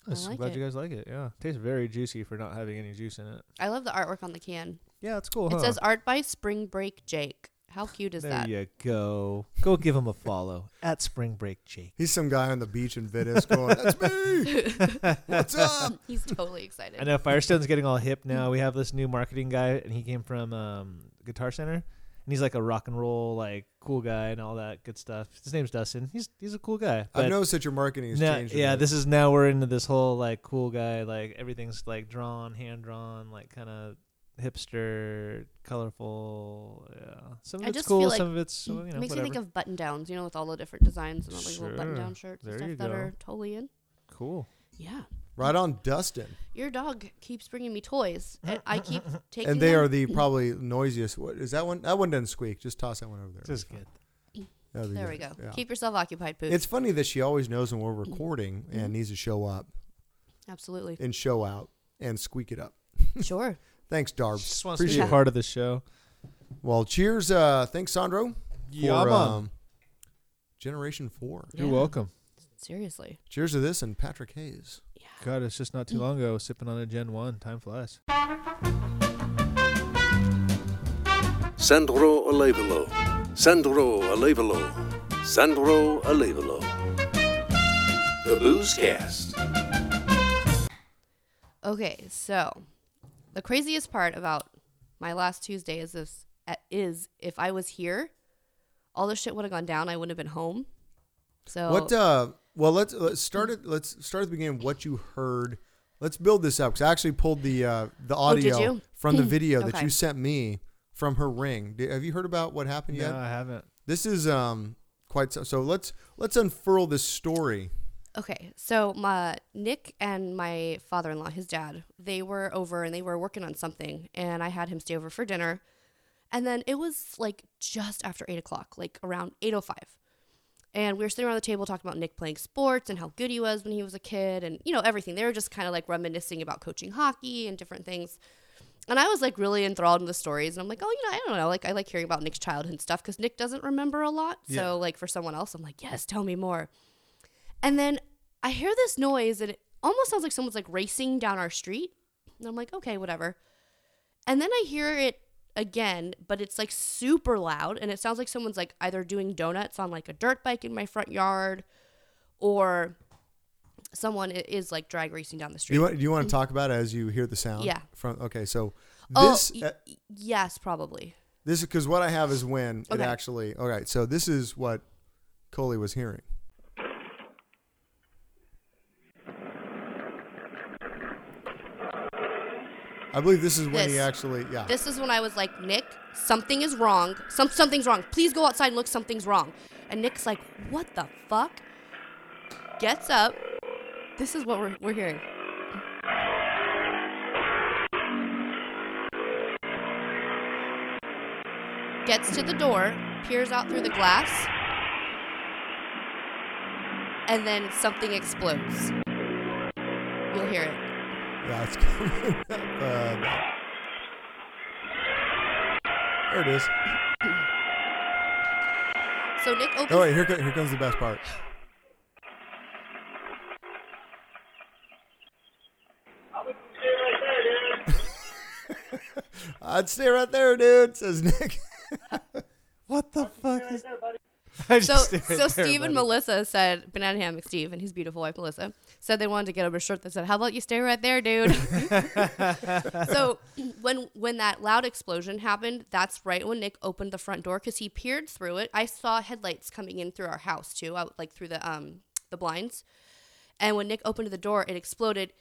D: I
C: Nice. I'm
D: like
C: glad
D: it.
C: you guys like it. Yeah, tastes very juicy for not having any juice in it.
D: I love the artwork on the can.
C: Yeah, it's cool.
D: It says art by Spring Break Jake. How cute is
C: there
D: that?
C: you go. Go give him a follow at Spring Break Jake.
B: He's some guy on the beach in Venice going, "That's me. What's up?"
D: He's totally excited.
C: I know Firestone's getting all hip now. We have this new marketing guy, and he came from um, Guitar Center, and he's like a rock and roll, like cool guy, and all that good stuff. His name's Dustin. He's he's a cool guy.
B: I've
C: but
B: noticed that your marketing has
C: now-
B: changed. a
C: yeah,
B: bit.
C: this is now we're into this whole like cool guy, like everything's like drawn, hand drawn, like kind of hipster, colorful. Yeah, some of
D: I
C: it's
D: just
C: cool,
D: feel like
C: some of it's you know
D: it makes
C: whatever.
D: me think of button downs, you know, with all the different designs and all the little button down
C: Sure.
D: shirts
C: There you
D: and stuff that
C: go.
D: are totally in.
C: cool.
D: Yeah.
B: right on Dustin,
D: Your dog keeps bringing me toys, and I keep taking
B: and they
D: them.
B: are the probably noisiest. What is that one? That one doesn't squeak. Just toss that one over there.
C: Just good.
B: That'd be
D: There we
B: good.
D: go.
B: Yeah.
D: Keep Mm-hmm. yourself occupied, Pooh.
B: It's funny that she always knows when we're recording and needs to show up
D: Absolutely.
B: and show out and squeak it up.
D: Sure.
B: Thanks, Darb.
C: Just wants to
B: Appreciate
C: be
B: it.
C: part of the show.
B: Well, cheers. Uh, thanks, Sandro. um,
C: Yeah, man.
B: Generation 4.
D: You're
C: You're
D: Yeah.
C: welcome.
D: Seriously.
B: Cheers to this and Patrick Hayes.
C: God, it's just not
D: Mm.
C: too long ago. I was sipping on a Gen One. Time flies.
M: Sandro Alevalo. Sandro Alevalo. Sandro Alevalo.
K: The Booze Cast.
D: Okay, so the craziest part about my last Tuesday is this eh, is if I was here, all this shit would have gone down. I wouldn't have been home. So
B: What? Uh, well, let's let's start it. Let's start at the beginning. What you heard? Let's build this up because I actually pulled the uh, the
D: Oh, did
B: audio
D: you?
B: from the video that
D: Okay.
B: you sent me from her ring. Did, have you heard about what happened
C: No,
B: yet?
C: I haven't.
B: This is um quite so. So let's let's unfurl this story.
D: Okay, so my Nick and my father-in-law, his dad, they were over and they were working on something, and I had him stay over for dinner, and then it was like just after eight o'clock, like around eight o five, and we were sitting around the table talking about Nick playing sports and how good he was when he was a kid, and you know everything. They were just kind of like reminiscing about coaching hockey and different things, and I was like really enthralled in the stories, and I'm like, oh, you know, I don't know, like I like hearing about Nick's childhood and stuff because Nick doesn't remember a lot,
A: Yeah.
D: so like for someone else, I'm like, yes, tell me more. And then I hear this noise and it almost sounds like someone's like racing down our street. And I'm like, okay, whatever. And then I hear it again, but it's like super loud and it sounds like someone's like either doing donuts on like a dirt bike in my front yard or someone i- is like drag racing down the
B: Do
D: street.
B: you want do you want to talk about it as you hear the sound?
D: Mm-hmm. Yeah.
B: From okay, so
D: Oh,
B: this uh,
D: y- y- yes, probably.
B: this is because what I have is when it
D: Okay.
B: actually. All right, so this is what Coley was hearing. I believe this is when he
D: This.
B: actually yeah.
D: This is when I was like, Nick, something is wrong. Some something's wrong. Please go outside and look. Something's wrong. And Nick's like, what the fuck? Gets up. This is what we're we're hearing. Gets to the door, peers out through the glass, and then something explodes. You'll hear it.
B: Yeah, it's coming up. Uh, there it is.
D: So Nick opens.
B: Oh wait, here, co- here comes the best part. I'd stay right there, dude. Says Nick.
C: What the fuck is?
D: so so Steve and Melissa said banana hammock Steve and his beautiful wife Melissa said they wanted to get him a shirt that said how about you stay right there dude so when when that loud explosion happened that's right when Nick opened the front door because he peered through it I saw headlights coming in through our house too out like through the um the blinds and when Nick opened the door it exploded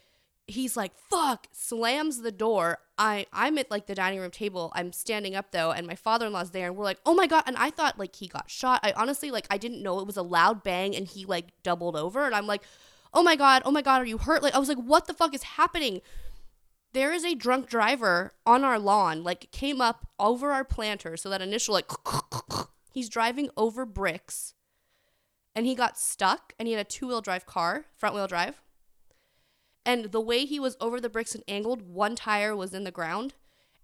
D: he's like fuck slams the door i i'm at like the dining room table i'm standing up though and my father-in-law's there and we're like oh my god and i thought like he got shot i honestly like i didn't know it was a loud bang and he like doubled over and i'm like oh my god oh my god are you hurt like i was like what the fuck is happening there is a drunk driver on our lawn like came up over our planter so that initial like he's driving over bricks and he got stuck and he had a two-wheel drive car front wheel drive and the way he was over the bricks and angled, one tire was in the ground,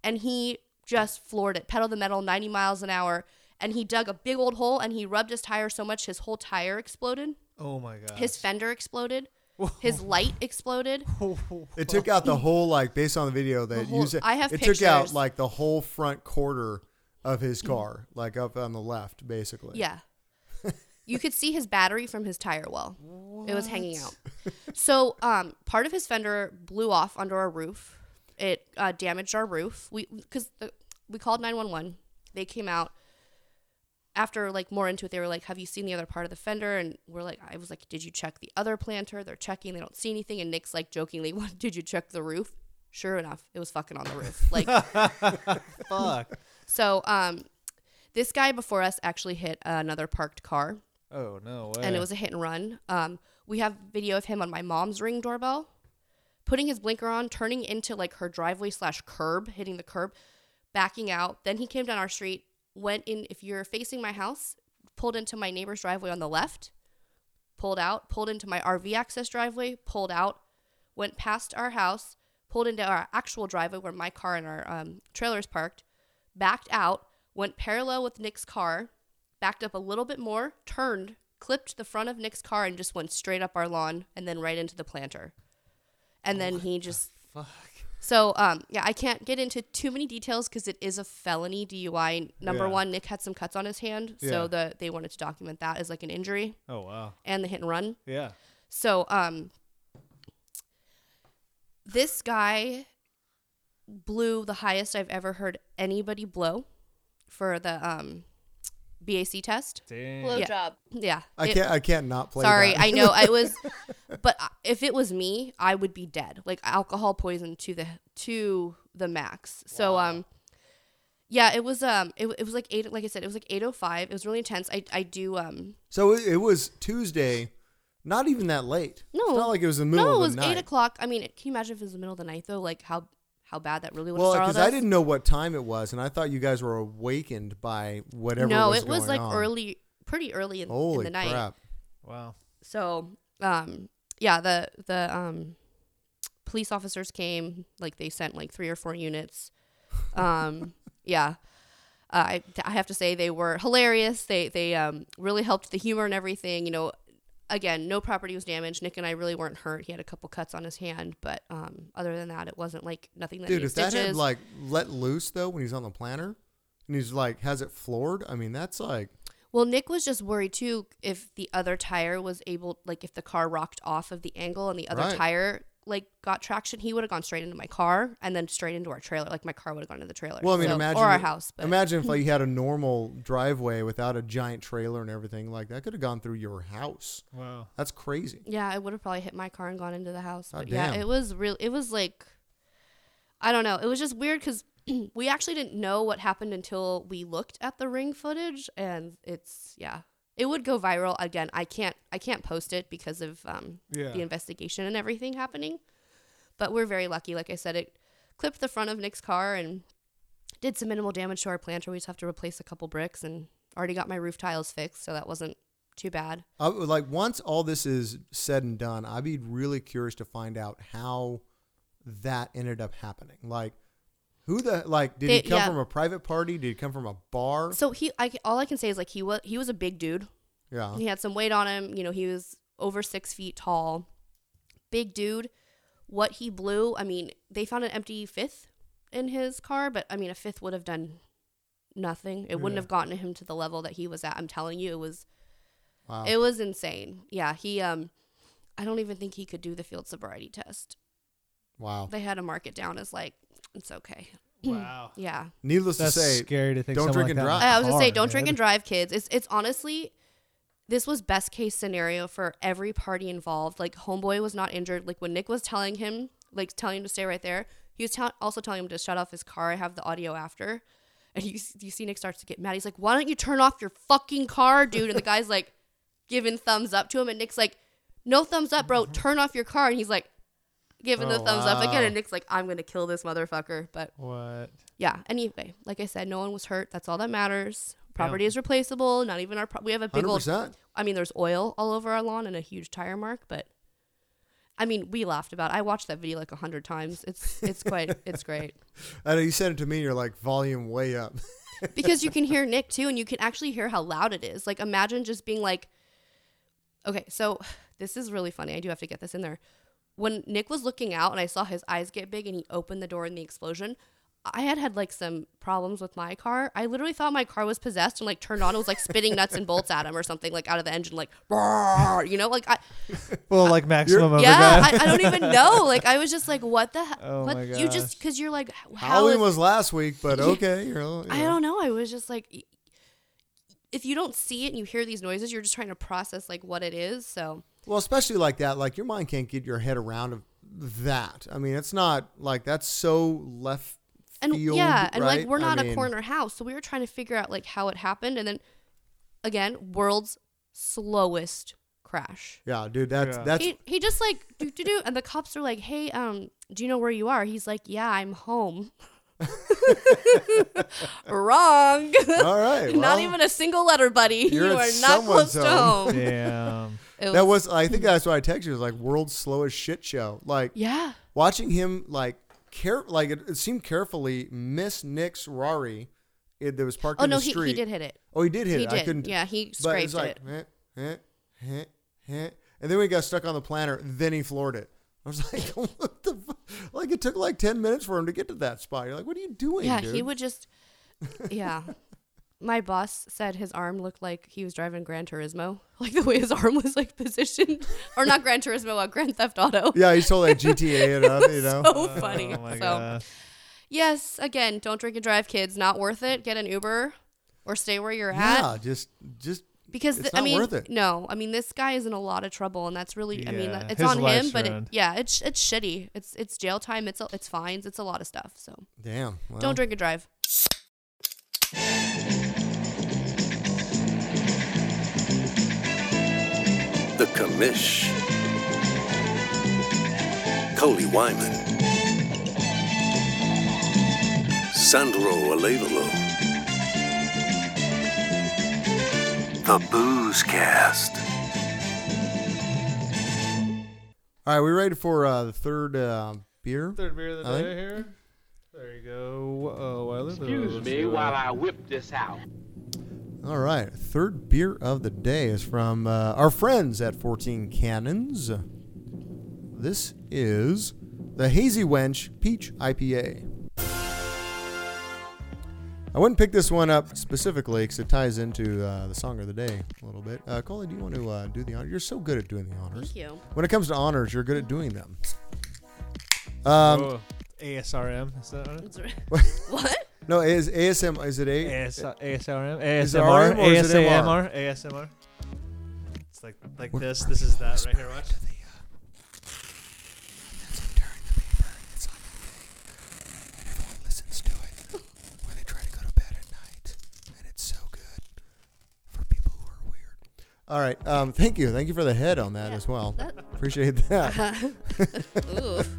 D: and he just floored it, pedal to the metal, 90 miles an hour. And he dug a big old hole and he rubbed his tire so much his whole tire exploded.
C: Oh my god.
D: His fender exploded. His light exploded.
B: It took out the whole like based on the video that
D: whole-
B: you said.
D: I have
B: it took out
D: pictures. Mm.
B: like the whole front quarter of his car, like up on the left, basically.
D: Yeah. you could see his battery from his tire well. It was hanging out. So, um, part of his fender blew off under our roof. It uh, damaged our roof. We because we called 911. They came out after like more into it. They were like, "Have you seen the other part of the fender?" And we're like, "I was like, did you check the other planter?" They're checking. They don't see anything. And Nick's like jokingly, "What did you check the roof?" Sure enough, it was fucking on the roof. Like,
C: Fuck.
D: So, um, this guy before us actually hit another parked car
C: Oh no way.
D: and it was a hit and run. Um, we have video of him on my mom's ring doorbell, putting his blinker on, turning into like her driveway slash curb, hitting the curb, backing out. Then he came down our street, went in. If you're facing my house, pulled into my neighbor's driveway on the left, pulled out, pulled into my RV access driveway, pulled out, went past our house, pulled into our actual driveway where my car and our um, trailer is parked, backed out, went parallel with Nick's car, backed up a little bit more, turned, clipped the front of Nick's car, and just went straight up our lawn and then right into the planter. And then he just.
C: fuck.
D: So, um, yeah, I can't get into too many details because it is a felony DUI. Number
C: Yeah.
D: one, Nick had some cuts on his hand,
C: Yeah.
D: so the they wanted to document that as like an injury
C: Oh wow.
D: and the hit and run.
C: Yeah.
D: So, um, this guy blew the highest I've ever heard anybody blow for the um, BAC test.
C: Dang.
A: Blow
D: yeah.
A: job.
D: Yeah.
B: I
D: It-
B: can't- I can't not play
D: Sorry,
B: that.
D: I know. I was, but I- if it was me, I would be dead. Like alcohol poison to the to the max. So um, yeah, it was um, it, it was like eight. Like I said, it was like eight oh five. It was really intense. I I do um,
B: So it, it was Tuesday, not even that late.
D: No,
B: it's not like it was the middle
D: No,
B: of
D: it
B: the
D: was
B: night.
D: eight o'clock. I mean, can you imagine if it was the middle of the night though? Like how how bad that really would have
B: Well,
D: startled
B: because
D: us.
B: I didn't know what time it was, and I thought you guys were awakened by whatever.
D: No,
B: was
D: it was
B: going
D: like
B: on.
D: early, pretty early in, in
B: Holy
D: the night.
B: crap.
C: Wow.
D: So, um, yeah, the the um, police officers came. Like they sent like three or four units. Um, yeah, uh, I I have to say they were hilarious. They they um really helped the humor and everything. You know, again, no property was damaged. Nick and I really weren't hurt. He had a couple cuts on his hand, but um, other than that, it wasn't like nothing that
B: Dude,
D: needed
B: if that had
D: stitches.
B: like let loose though when he's on the planner, and he's like has it floored. I mean, that's like
D: Well, Nick was just worried too if the other tire was able, like if the car rocked off of the angle and the other
B: Right.
D: tire like got traction, he would have gone straight into my car and then straight into our trailer. Like my car would have gone into the trailer.
B: well, I mean,
D: So-
B: imagine
D: or our
B: if-
D: house. But.
B: Imagine if like you had a normal driveway without a giant trailer and everything like that could have gone through your house.
C: Wow,
B: that's crazy.
D: Yeah, I would have probably hit my car and gone into the house.
B: Ah,
D: But yeah,
B: damn.
D: it was real. It was like, I don't know. It was just weird because we actually didn't know what happened until we looked at the ring footage, and it's yeah, it would go viral again. I can't I can't post it because of um,
N: Yeah.
D: the investigation and everything happening. But we're very lucky. Like I said, it clipped the front of Nick's car and did some minimal damage to our planter. We just have to replace a couple bricks and already got my roof tiles fixed, so that wasn't too bad.
B: I, would- like once all this is said and done, I'd be really curious to find out how that ended up happening. Like who the like did he
D: They-
B: come
D: yeah.
B: from a private party? Did he come from a bar?
D: So he, I, ca- all I can say is like he was he was a big dude.
B: Yeah.
D: He had some weight on him. You know, he was over six feet tall, big dude. What he blew, I mean, they found an empty fifth in his car, but I mean, a fifth would have done nothing. It wouldn't
A: Yeah.
D: have gotten him to the level that he was at. I'm telling you, it was,
B: Wow.
D: it was insane. Yeah, he, um, I don't even think he could do the field sobriety test.
B: wow.
D: They had to mark it down as like it's okay.
C: Wow.
D: yeah.
B: Needless
C: That's
B: to say,
C: scary to think
B: don't
C: someone
B: drink and
C: like
B: drive.
C: that-
D: Uh, I was gonna say,
C: hard,
D: don't drink
C: man.
D: and drive, kids. It's it's honestly, this was best case scenario for every party involved. Like homeboy was not injured. Like when Nick was telling him, like telling him to stay right there, he was tell also telling him to shut off his car. I have the audio after, and you s- you see Nick starts to get mad. He's like, why don't you turn off your fucking car, dude? And the guy's like, giving thumbs up to him, and Nick's like, no thumbs up, bro. Turn off your car. And he's like, giving the
C: Mm-hmm. Oh,
D: thumbs up again,
C: wow.
D: and Nick's like, I'm gonna kill this motherfucker. But
C: What?
D: yeah. Anyway, like I said, no one was hurt. That's all that matters. Property
C: Yeah.
D: is replaceable. Not even our. Pro- we have a big old.
B: 100%.
D: I mean, there's oil all over our lawn and a huge tire mark, but. I mean, we laughed about. It. I watched that video like a hundred times. It's it's quite it's great
B: I know you sent it to me. You're like volume way up.
D: because you can hear Nick too, and you can actually hear how loud it is. Like, imagine just being like, okay, so this is really funny. I do have to get this in there. When Nick was looking out and I saw his eyes get big and he opened the door in the explosion, I had had like some problems with my car. I literally thought my car was possessed and like turned on. It was like spitting nuts and bolts at him or something like out of the engine, like, "Roar," you know, like I,
C: Well, like maximum overdrive.
D: yeah, I, I don't even know. Like I was just like, what the, he-
C: Oh
D: what
C: my
D: you just because you're like, how
B: Halloween
D: is-
B: was last week, but okay. You're, you
D: I
B: know.
D: don't know. I was just like, y- if you don't see it and you hear these noises, you're just trying to process like what it is. So
B: Well, especially like that, like your mind can't get your head around of that. I mean, it's not like that's so left
D: and
B: field.
D: yeah, and
B: right?
D: like we're
B: I
D: not a
B: mean,
D: corner house, so we were trying to figure out like how it happened, and then again, world's slowest crash.
B: Yeah, dude, that's
C: Yeah.
B: that's
D: he, he just like do do do, and the cops are like, "Hey, um, do you know where you are?" He's like, "Yeah, I'm home." Wrong.
B: All right, well,
D: not even a single letter, buddy.
B: you're
D: you
B: at
D: are not
B: someone's
D: close to home.
C: Damn.
D: It Hmm.
B: that was. I think that's why I texted you. It was like world's slowest shit show. Like
D: Yeah.
B: watching him like care like it, it seemed carefully miss Nick's Rari. It, that was parked
D: Oh,
B: in
D: no,
B: the
D: he- he
B: street.
D: did hit it.
B: Oh, he did hit
D: He
B: it. I
D: did.
B: couldn't.
D: Yeah, he
B: but it's
D: scraped
B: like, eh, eh, eh, eh. And then we got stuck on the planter. Then he floored it. I was like, what the? Fu-? Like it took like ten minutes for him to get to that spot. You're like, what are you doing?
D: Yeah,
B: dude?
D: he would just. Yeah. My boss said his arm looked like he was driving Gran Turismo, like the way his arm was like positioned, or not Gran Turismo, uh, Grand Theft Auto.
B: Oh
C: Oh
B: Yeah, he's totally like GTA it up. You know,
D: so funny. so, Yes, again, don't drink and drive, kids. Not worth it. Get an Uber or stay where you're at.
B: Yeah, just just
D: Because
B: it's
D: th-
B: not
D: I mean,
B: worth it.
D: no, I mean this guy is in a lot of trouble, and that's really, I mean,
B: Yeah,
D: it's
B: his
D: on him,
B: life's
D: but it,
B: ruined.
D: yeah, it's it's shitty. It's it's jail time. It's it's fines. It's a lot of stuff. So
B: Damn. Well,
D: don't drink and drive.
M: The Commish. Coley Wyman. Sandro Alevalo. The Booze Cast.
B: All right, we ready for uh, the third uh, beer?
C: Third beer of the
B: I
C: day
B: think.
C: here. There you go. Uh, Wyler.
F: Excuse
C: Let's
F: me
C: do it.
F: while I whip this out.
B: All right, third beer of the day is from uh, our friends at 14 Cannons. This is the Hazy Wench Peach IPA. I wouldn't pick this one up specifically because it ties into uh, the song of the day a little bit. Uh, Coley, do you want to uh, do the honor? You're so good at doing the honors.
D: Thank you.
B: When it comes to honors, you're good at doing them. Um,
C: Oh, ASRM. Is that right?
D: what?
B: No, is ASM? Is it a
C: AS, ASRM.
B: Is it
C: ASMR.
B: RM or is it MR?
C: ASMR. ASMR. It's like like this. This is that right here. Watch.
B: listens to it when they try to go to bed at night, and it's so good for people who are weird. All right, um, thank you, thank you for the head on that as well. Appreciate that.
D: Ooh.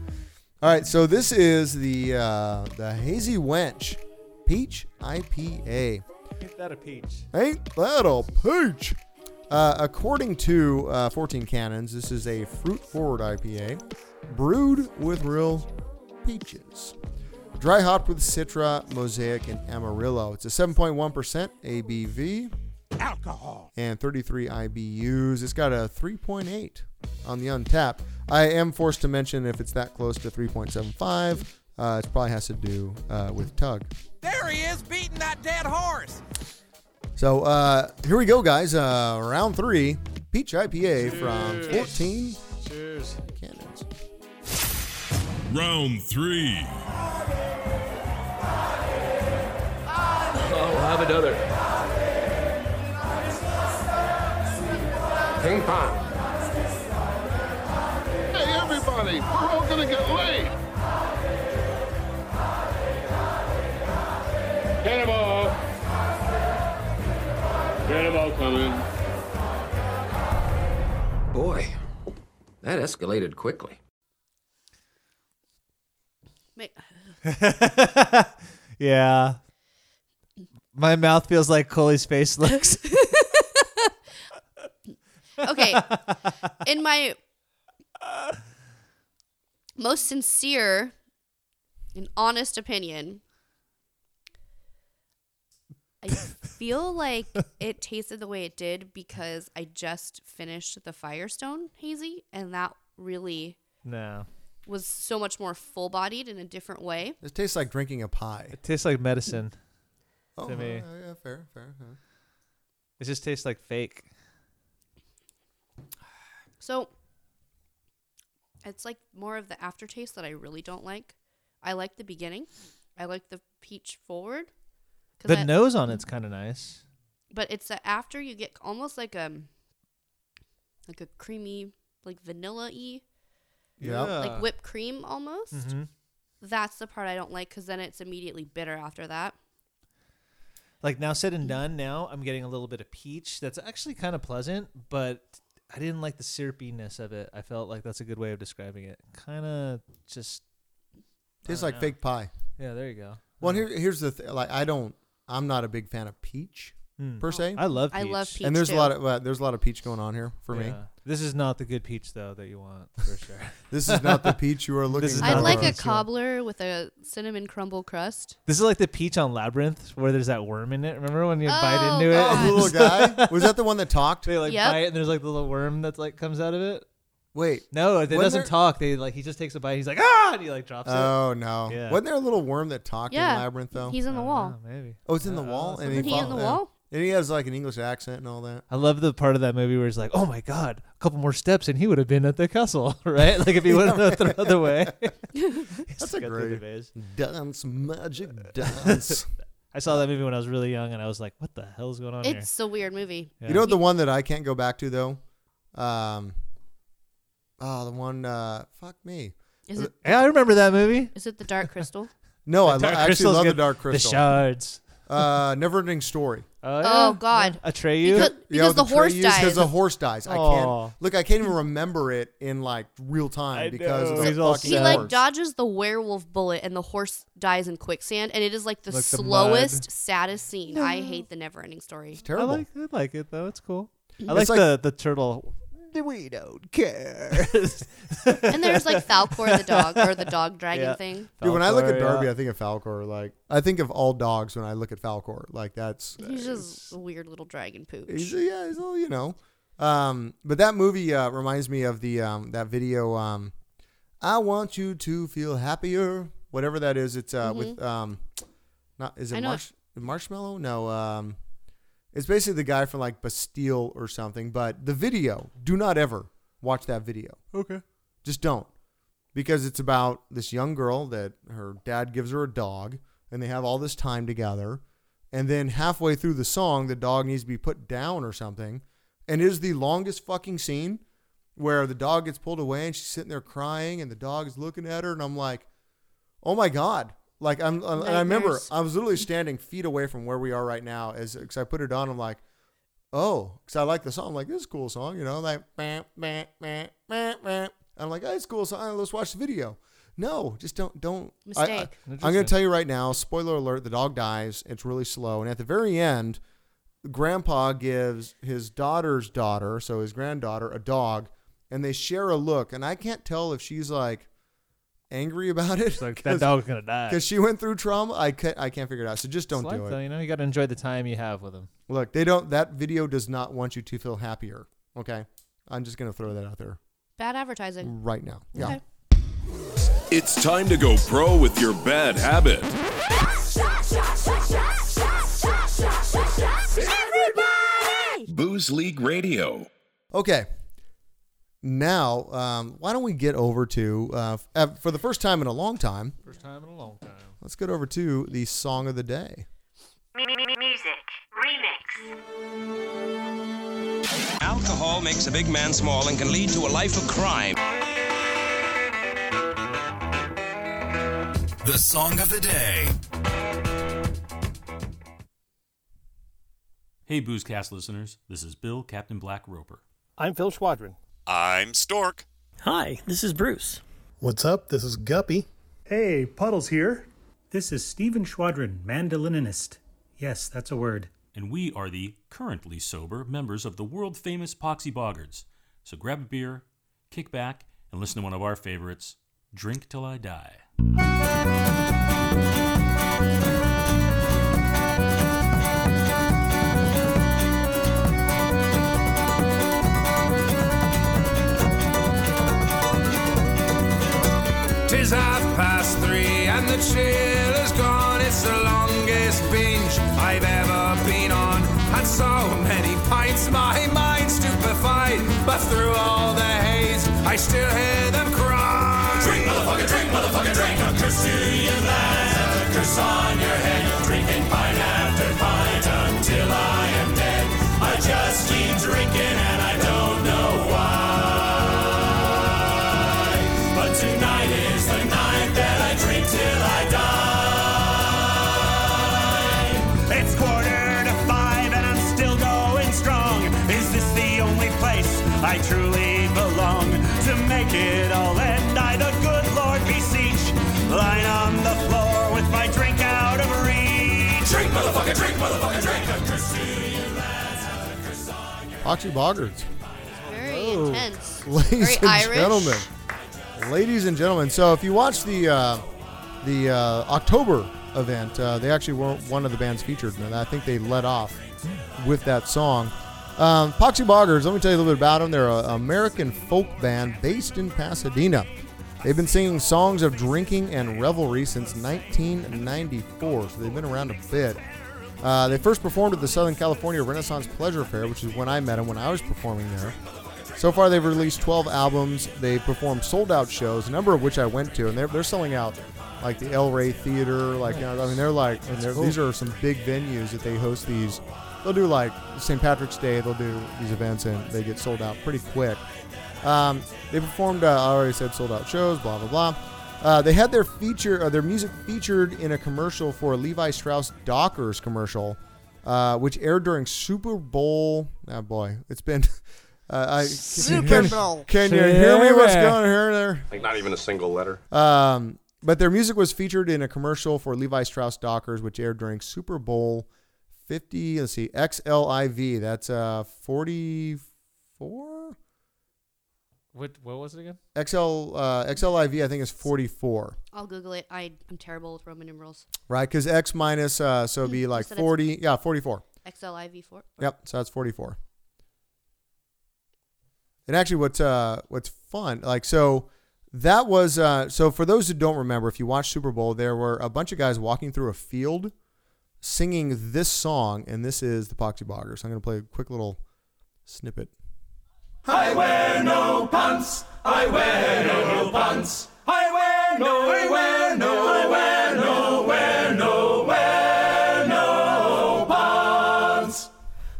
B: All right, so this is the uh, the hazy wench peach IPA.
C: Get that a peach.
B: Ain't that a peach? Uh, according to uh, 14 Cannons, this is a fruit forward IPA brewed with real peaches. Dry hopped with Citra, Mosaic, and Amarillo. It's a 7.1% ABV. Alcohol. And 33 IBUs. It's got a 3.8 on the untapped. I am forced to mention if it's that close to 3.75, uh, it probably has to do uh, with Tug.
L: There he is beating that dead horse.
B: So uh, here we go, guys. Uh, round three, Peach IPA from 14
C: Cheers.
B: Cannons.
N: Round three.
O: Oh, have another. Ping pong.
K: Hey, everybody, we're all gonna get laid.
F: Cannonball! Cannonball coming.
I: Boy, that escalated quickly.
D: Wait.
C: Yeah. My mouth feels like Coley's face looks.
D: okay. In my most sincere and honest opinion, I feel like it tasted the way it did because I just finished the Firestone hazy, and that really
C: no.
D: was so much more full bodied in a different way.
B: This tastes like drinking a pie.
C: It tastes like medicine
B: Oh,
C: to me.
B: uh, yeah, fair, fair. huh.
C: It just tastes like fake.
D: So it's like more of the aftertaste that I really don't like. I like the beginning. I like the peach forward. 'cause
C: The
D: I-
C: nose on it's kind of nice.
D: But it's the after you get almost like a like a creamy like vanilla y
B: Yeah.
C: Uh.
D: like whipped cream almost.
C: Mhm.
D: That's the part I don't like because then it's immediately bitter after that.
C: Like now said
B: Mm.
C: and done, now I'm getting a little bit of peach. That's actually kind of pleasant, but I didn't like the syrupiness of it. I felt like that's a good way of describing it. Kind of just I
B: Tastes
C: don't
B: like
C: know.
B: fake pie.
C: Yeah, there you go.
B: Well, here, here's the thing. Like, I don't. I'm not a big fan of peach
C: Hmm.
B: per se.
C: I love I love peach.
B: And there's
C: peach,
B: a lot
C: too.
B: of uh, there's a lot of peach going on here for me.
C: Yeah. This is not the good peach though that you want for sure.
B: This is not the peach you are looking
C: This is
B: for.
C: not
D: I'd
C: the
D: like
C: peach you
D: a
C: want.
D: cobbler with a cinnamon crumble crust.
C: This is like the peach on Labyrinth where there's that worm in it. Remember when you bite
D: Oh,
C: into it?
D: God.
B: The little guy was that the one that talked?
C: They like
D: Yep.
C: bite and there's like the little worm that's like comes out of it.
B: Wait,
C: no, it
B: wasn't
C: doesn't
B: there-
C: talk. They like he just takes a bite. He's like ah, and he like drops it.
B: Oh no!
C: Yeah.
B: Wasn't there a little worm that talked
D: Yeah.
B: in labyrinth though?
D: He's in the wall.
C: Ah, maybe.
B: Oh, it's in the wall, and
D: Isn't he Uh, in
B: fall-
D: the
B: yeah.
D: wall?
B: And he has like an English accent and all that.
C: I love the part of that movie where he's like, "Oh my god, a couple more steps and he would have been at the castle, right? Like if he would have
B: Yeah,
C: went the other way."
B: That's a
C: Got through the
B: great
C: maze.
B: dance, magic dance.
C: I saw that movie when I was really young, and I was like, "What the hell's going on here?"
D: It's a weird movie.
B: You know the one that I can't go back to though? Um Oh, the one uh fuck me.
D: Is it-
C: Yeah, I remember that movie.
D: Is it the Dark Crystal?
B: No,
C: The
B: I, lo-
C: Dark
B: I actually
C: Crystal's
B: love
C: good.
B: the Dark
C: The
B: Crystal.
C: Shards.
B: Uh never ending story.
C: Oh,
D: Oh, God.
C: Atreyu.
D: Because- because the horse
B: Because
D: dies.
B: the horse dies. I
C: Aw.
B: can't look I can't even remember it in like real time
C: I
B: because
C: know.
B: of the
C: He's all
B: fucking
D: he like
B: horse.
D: dodges the werewolf bullet and the horse dies in quicksand and it is like the
B: Like the
D: slowest
B: mud.
D: saddest scene i hate the never ending story it's
C: I
B: terrible.
C: like, I like it though. It's cool. I like,
B: It's like-
C: the the turtle. We don't care.
D: and there's like falcor the dog or the dog dragon
C: Yeah.
D: thing
B: Dude, when I look at
C: Falcor,
B: Darby,
C: yeah.
B: I think of Falcor. Like I think of all dogs when I look at Falcor. Like that's uh,
D: he's just a weird little dragon pooch
B: He's yeah, he's all you know. Um, but that movie uh, reminds me of the um, that video. Um, I want you to feel happier, whatever that is. It's uh, with um, not is
D: Mm-hmm. I
B: it
D: know it.
B: marsh marshmallow? No, um, it's basically the guy from like Bastille or something. But the video, do not ever watch that video.
C: Okay.
B: Just don't. Because it's about this young girl that her dad gives her a dog and they have all this time together. And then halfway through the song, the dog needs to be put down or something. And it is the longest fucking scene where the dog gets pulled away and she's sitting there crying and the dog is looking at her. And I'm like, oh my God. Like, I'm, and I remember
N: Nightmares.
B: I was literally standing feet away from where we are right now as because I put it on. I'm like, oh, because I like the song. I'm like, this is a cool song, you know, like, bah, bah, bah, bah, bah. And I'm like, oh, it's a cool song. Let's watch the video. No, just don't, don't. I- I,
D: Mistake.
B: am going to tell you right now, spoiler alert, the dog dies. It's really slow. And at the very end, grandpa gives his daughter's daughter, so his granddaughter, a dog, and they share a look. And I can't tell if she's like angry about it.
C: like, that dog's gonna die.
B: Because she went through trauma. I can't, I can't figure it out. So just don't
C: It's life,
B: do it.
C: Though, you know, you got to enjoy the time you have with them.
B: Look, they don't. That video does not want you to feel happier. Okay, I'm just gonna throw that out there
D: bad advertising
B: right now. Yeah.
D: Okay.
O: It's time to go pro with your bad habit. Booze League Radio.
B: Okay. Now, um, why don't we get over to uh, f- uh, for the first time in a long time?
C: First time in a long time.
B: Let's get over to the song of the day.
A: Music remix.
P: Alcohol makes a big man small and can lead to a life of crime.
E: The song of the day.
Q: Hey, Boozecast listeners. This is Bill, Captain Black Roper.
R: I'm Phil Schwadron.
Q: I'm Stork.
S: Hi, this is Bruce.
T: What's up? This is Guppy.
U: Hey, Puddles here. This is Stephen Schwadron, mandolinist. Yes, that's a word.
Q: And we are the currently sober members of the world famous Poxy Boggards. So grab a beer, kick back, and listen to one of our favorites Drink Till I Die.
V: Tis half past three and the chill is gone. It's the longest binge I've ever been on. Had so many pints, my mind stupefied. But through all the haze, I still hear them cry. Drink, motherfucker, drink, motherfucker, drink. A curse to you, lad. A curse on your head. Drinking pint after pint until I am dead. I just keep drinking and I don't know why. But tonight is the night that I drink till I die. It's quarter to five and I'm still going strong. Is this the only place I truly belong? To make it all end, I the good Lord beseech. Lying on the floor with my drink out of reach. Drink, motherfucker, drink, motherfucker, drink. A curse to you, lads. A curse on
B: Foxy Boggards.
D: very intense
B: Ladies
D: very
B: and
D: irish
B: gentlemen. Ladies and gentlemen. So if you watch the uh, the uh, October event, uh, they actually weren't one of the bands featured, and I think they let off with that song. Um, Poxy Boggers, let me tell you a little bit about them. They're an American folk band based in Pasadena. They've been singing songs of drinking and revelry since 1994, so they've been around a bit. Uh, they first performed at the Southern California Renaissance Pleasure Fair, which is when I met them when I was performing there. So far, they've released 12 albums. They performed sold out shows, a number of which I went to, and they're, they're selling out like the El Rey Theater. Like, you know, I mean, they're like, and they're,
C: cool.
B: these are some big venues that they host these. They'll do like St. Patrick's Day, they'll do these events, and they get sold out pretty quick. Um, they performed, uh, I already said, sold out shows, blah, blah, blah. Uh, they had their feature, uh, their music featured in a commercial for a Levi Strauss Dockers commercial, uh, which aired during Super Bowl. Oh boy, it's been. Uh, I,
N: Super
B: can,
N: Bowl.
B: Can you hear me? What's
N: Yeah.
B: going on here? There.
N: Like not even a single letter.
B: Um, but their music was featured in a commercial for Levi Strauss Dockers, which aired during Super Bowl 50. Let's see, XLIV. That's uh 44.
C: What what was it again?
B: XL uh, XLIV. I think is 44.
D: I'll Google it. I, I'm terrible with Roman numerals.
B: Right, because X minus uh, so it'd be like
D: said X.
B: forty, yeah, forty-four.
D: XLIV4.
B: Yep, so that's forty-four. And actually, what's uh, what's fun, like so, that was uh, so for those who don't remember, if you watch Super Bowl, there were a bunch of guys walking through a field, singing this song, and this is the Poxy Boggers. I'm gonna play a quick little snippet.
R: I wear no pants. I wear no pants. I wear no. I wear no. I wear no. Wear no. Wear no pants.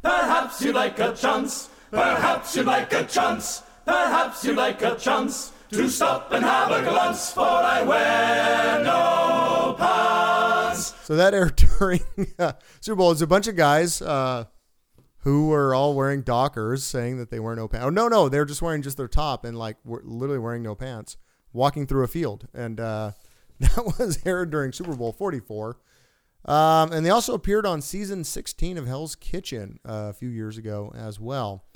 R: Perhaps you like a chance. Perhaps you like a chance. Perhaps you like a chance to stop and have a glance. For I wear no pants.
B: So that aired during uh, Super Bowl. It's a bunch of guys uh, who were all wearing Dockers, saying that they wear no pants. Oh no, no, they're just wearing just their top and like were literally wearing no pants, walking through a field, and uh, that was aired during Super Bowl Forty Four. Um, and they also appeared on season 16 of Hell's Kitchen uh, a few years ago as well.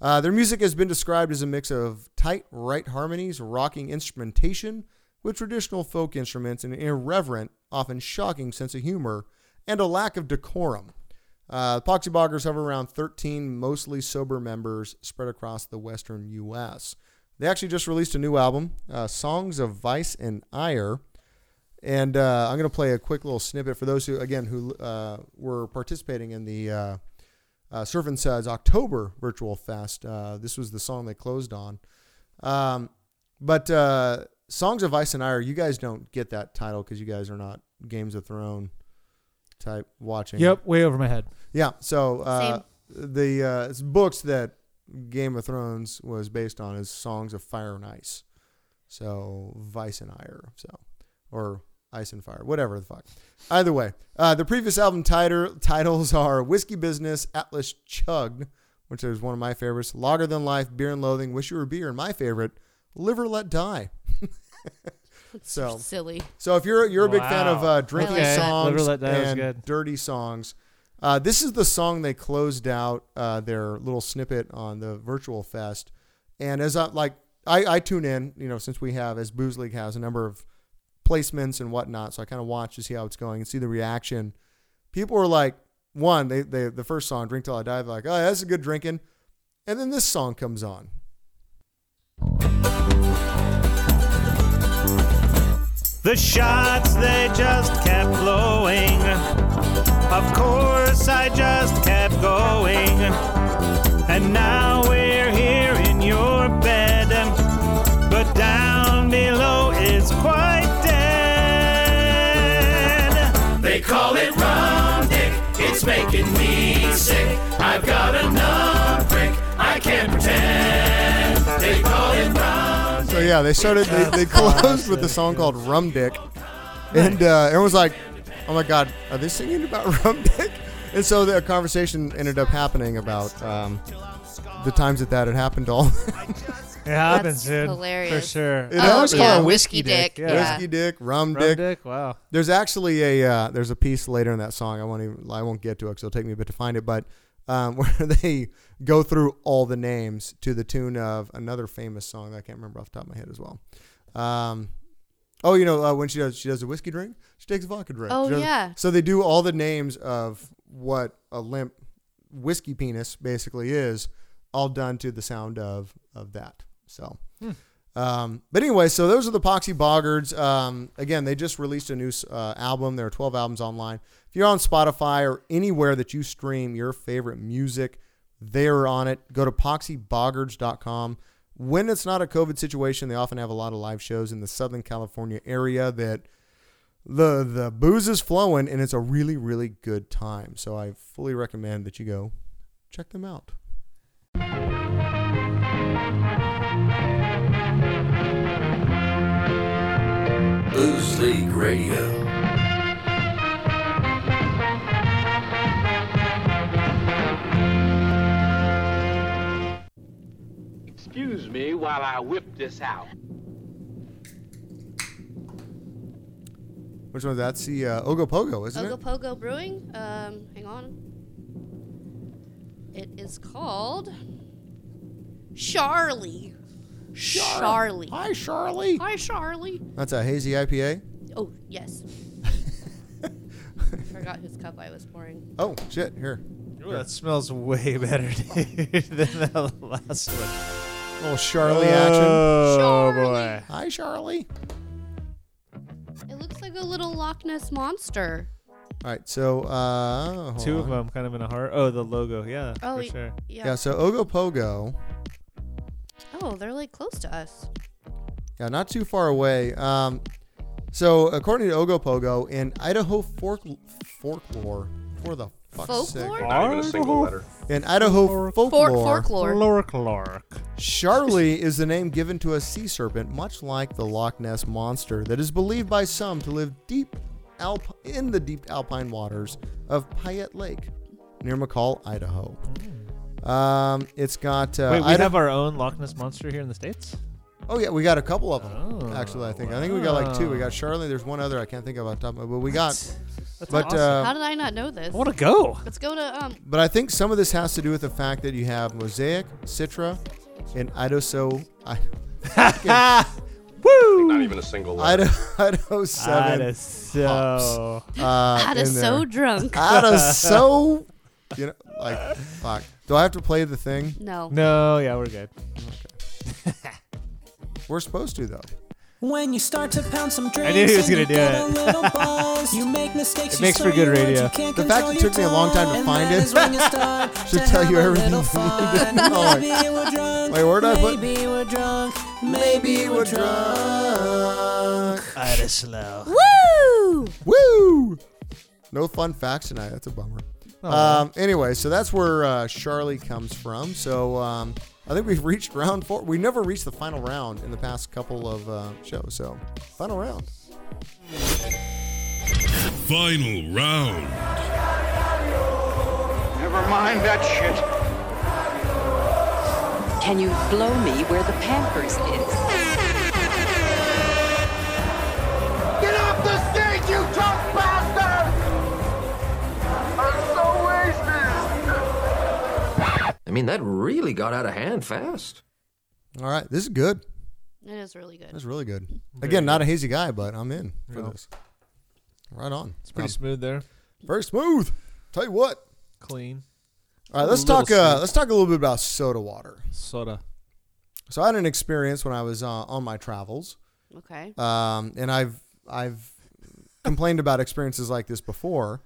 B: Uh, their music has been described as a mix of tight right harmonies, rocking instrumentation with traditional folk instruments, and an irreverent, often shocking sense of humor, and a lack of decorum. Uh, Poxy Boggers hover around 13 mostly sober members spread across the western U.S. They actually just released a new album, uh, Songs of Vice and Ire. And uh, I'm going to play a quick little snippet for those who, again, who uh, were participating in the uh, uh, Surf and Suds October Virtual Fest. Uh, this was the song they closed on. Um, but uh, Songs of Ice and Ire, you guys don't get that title because you guys are not Games of Throne type watching.
C: Yep, way over my head.
B: Yeah. So uh, the uh, it's books that Game of Thrones was based on is Songs of Fire and Ice. So Vice and Ire. So or Ice and Fire, whatever the fuck. Either way, uh, the previous album titer, titles are Whiskey Business, Atlas Chugged, which is one of my favorites, Lager Than Life, Beer and Loathing, Wish You Were Beer, and my favorite, Liver Let Die. so
D: silly.
B: So if you're you're a big fan of
D: Wow.
B: uh, drinking
D: I like that.
B: songs
C: Liver Let Die was
B: and
C: good.
B: dirty songs. Uh, this is the song they closed out uh, their little snippet on the virtual fest, and as I like, I, I tune in, you know, since we have as Booze League has a number of placements and whatnot, so I kind of watch to see how it's going and see the reaction. People were like, one, they, they the first song, "Drink Till I Die," they're like, oh, that's a good drinking, and then this song comes on.
W: The shots, they just kept flowing. Of course, I just kept going. And now we're here in your bed. But down below is quite dead.
R: They call it round dick. It's making me sick. I've got a numb prick. I can't pretend. They call it round.
B: So yeah, they started. They, they closed with a song called Rum Dick, and uh, everyone's like, "Oh my God, are they singing about Rum Dick?" And so the conversation ended up happening about um, the times that that had happened. to All
C: It happens, dude. For
D: hilarious. Oh.
C: sure.
D: It I always happens. call it Yeah, whiskey whiskey dick, dick, yeah.
B: whiskey dick, rum,
C: Rum
B: dick.
C: dick, wow.
B: There's actually a uh, there's a piece later in that song. I won't even I won't get to it because it'll take me a bit to find it, but. Um, where they go through all the names to the tune of another famous song that I can't remember off the top of my head as well. Um, oh, you know uh, when she does she does a whiskey drink, she takes a vodka drink.
D: Oh,
B: She does-
D: yeah.
B: So they do all the names of what a limp whiskey penis basically is, all done to the sound of of that. So,
C: Hmm.
B: Um, but anyway, so those are the Poxy Boggards. Um, again, they just released a new uh, album. There are 12 albums online. If you're on Spotify or anywhere that you stream your favorite music, they're on it. Go to poxyboggards.com. When it's not a COVID situation, they often have a lot of live shows in the Southern California area that the the booze is flowing and it's a really really good time. So I fully recommend that you go check them out.
M: Booze League Radio.
F: Excuse me while I whip this out.
B: Which one? That's the uh, Ogopogo, isn't it?
D: Ogopogo Brewing. Um, hang on. It is called Charlie.
B: Char-
D: Charlie.
B: Hi, Charlie.
D: Hi, Charlie.
B: That's a hazy IPA.
D: Oh yes. Forgot whose cup I was pouring.
B: Oh shit! Here.
C: Ooh, that smells way better, dude, than the last one.
B: little Charlie
C: Oh,
B: action.
C: boy.
B: Hi, Charlie.
D: It looks like a little Loch Ness monster.
B: All right, so uh, hold
C: Two of
B: on.
C: them kind of in a heart. Oh, the logo. Yeah,
D: Oh,
C: for
D: y-
C: sure.
D: yeah.
B: Yeah, so Ogopogo,
D: Oh, they're like close to us.
B: yeah, not too far away. Um, so according to Ogopogo, in Idaho folk folklore, for the fuck's
D: Folklore?
B: sake,
N: Not even a single letter.
B: in Idaho folklore,
D: folklore.
B: Charlie is the name given to a sea serpent, much like the Loch Ness monster, that is believed by some to live deep alp- in the deep alpine waters of Payette Lake, near McCall, Idaho. Um, it's got. Uh,
C: Wait, we
B: Ida-
C: have our own Loch Ness monster here in the states.
B: Oh yeah, we got a couple of them. actually, I think. I think we got like two. We
C: wow.
B: got Charlie. There's one other I can't think of on top of, but we got.
D: That's
B: but
D: awesome.
B: uh,
D: How did I not know this?
B: I wanna go.
D: Let's go to um.
B: but I think some of this has to do with the fact that you have Mosaic, Citra, and Idoso. I,
C: Woo!
N: Not even a single letter.
B: Idaho, Idaho seven.
C: Idaho.
B: hops, Uh,
D: Idaho
B: in there.
D: so drunk.
B: Idaho so. You know, like, fuck. Do I have to play the thing?
D: No.
C: No, yeah, we're good.
B: We're supposed to though.
G: When you start to pound some drinks,
B: I knew he was
G: and you
B: gonna do
G: get a
B: it.
G: little buzzed, you make mistakes.
B: It
G: you
B: makes for
G: slur
B: good
G: your words,
B: radio.
G: you can't
B: The
G: control
B: fact it
G: your
B: took me a long time to
G: tongue,
B: find it
G: and that is when you start
B: should
G: to
B: tell
G: have
B: you
G: a
B: everything
G: little
B: you need to
G: fun.
B: know. Like,
G: Maybe we're drunk.
B: wait, where did I put-
G: Maybe we're drunk. Maybe we're drunk.
C: Idaho.
D: Woo!
B: Woo! No fun facts tonight. That's a bummer.
C: Oh,
B: um, anyway, so that's where uh, Charlie comes from. So um, I think we've reached round four. We never reached the final round in the past couple of uh, shows. So final round.
O: Final round.
H: Never mind that shit.
J: Can you blow me where the Pampers is?
H: Get off the stage, you drunk bastard! I'm so wasted.
I: I mean, that really got out of hand fast.
B: All right, this is good.
D: It is really good.
B: That's really good. Again, not a hazy guy, but I'm in for
C: Yeah.
B: this. Right on. It's
C: Pretty smooth there.
B: Very smooth. Tell you what.
C: Clean.
B: All right, let's
C: A little
B: talk. Uh,
C: sweet.
B: let's talk a little bit about soda water.
C: Soda.
B: So I had an experience when I was uh, on my travels.
D: Okay.
B: Um, and I've I've complained about experiences like this before,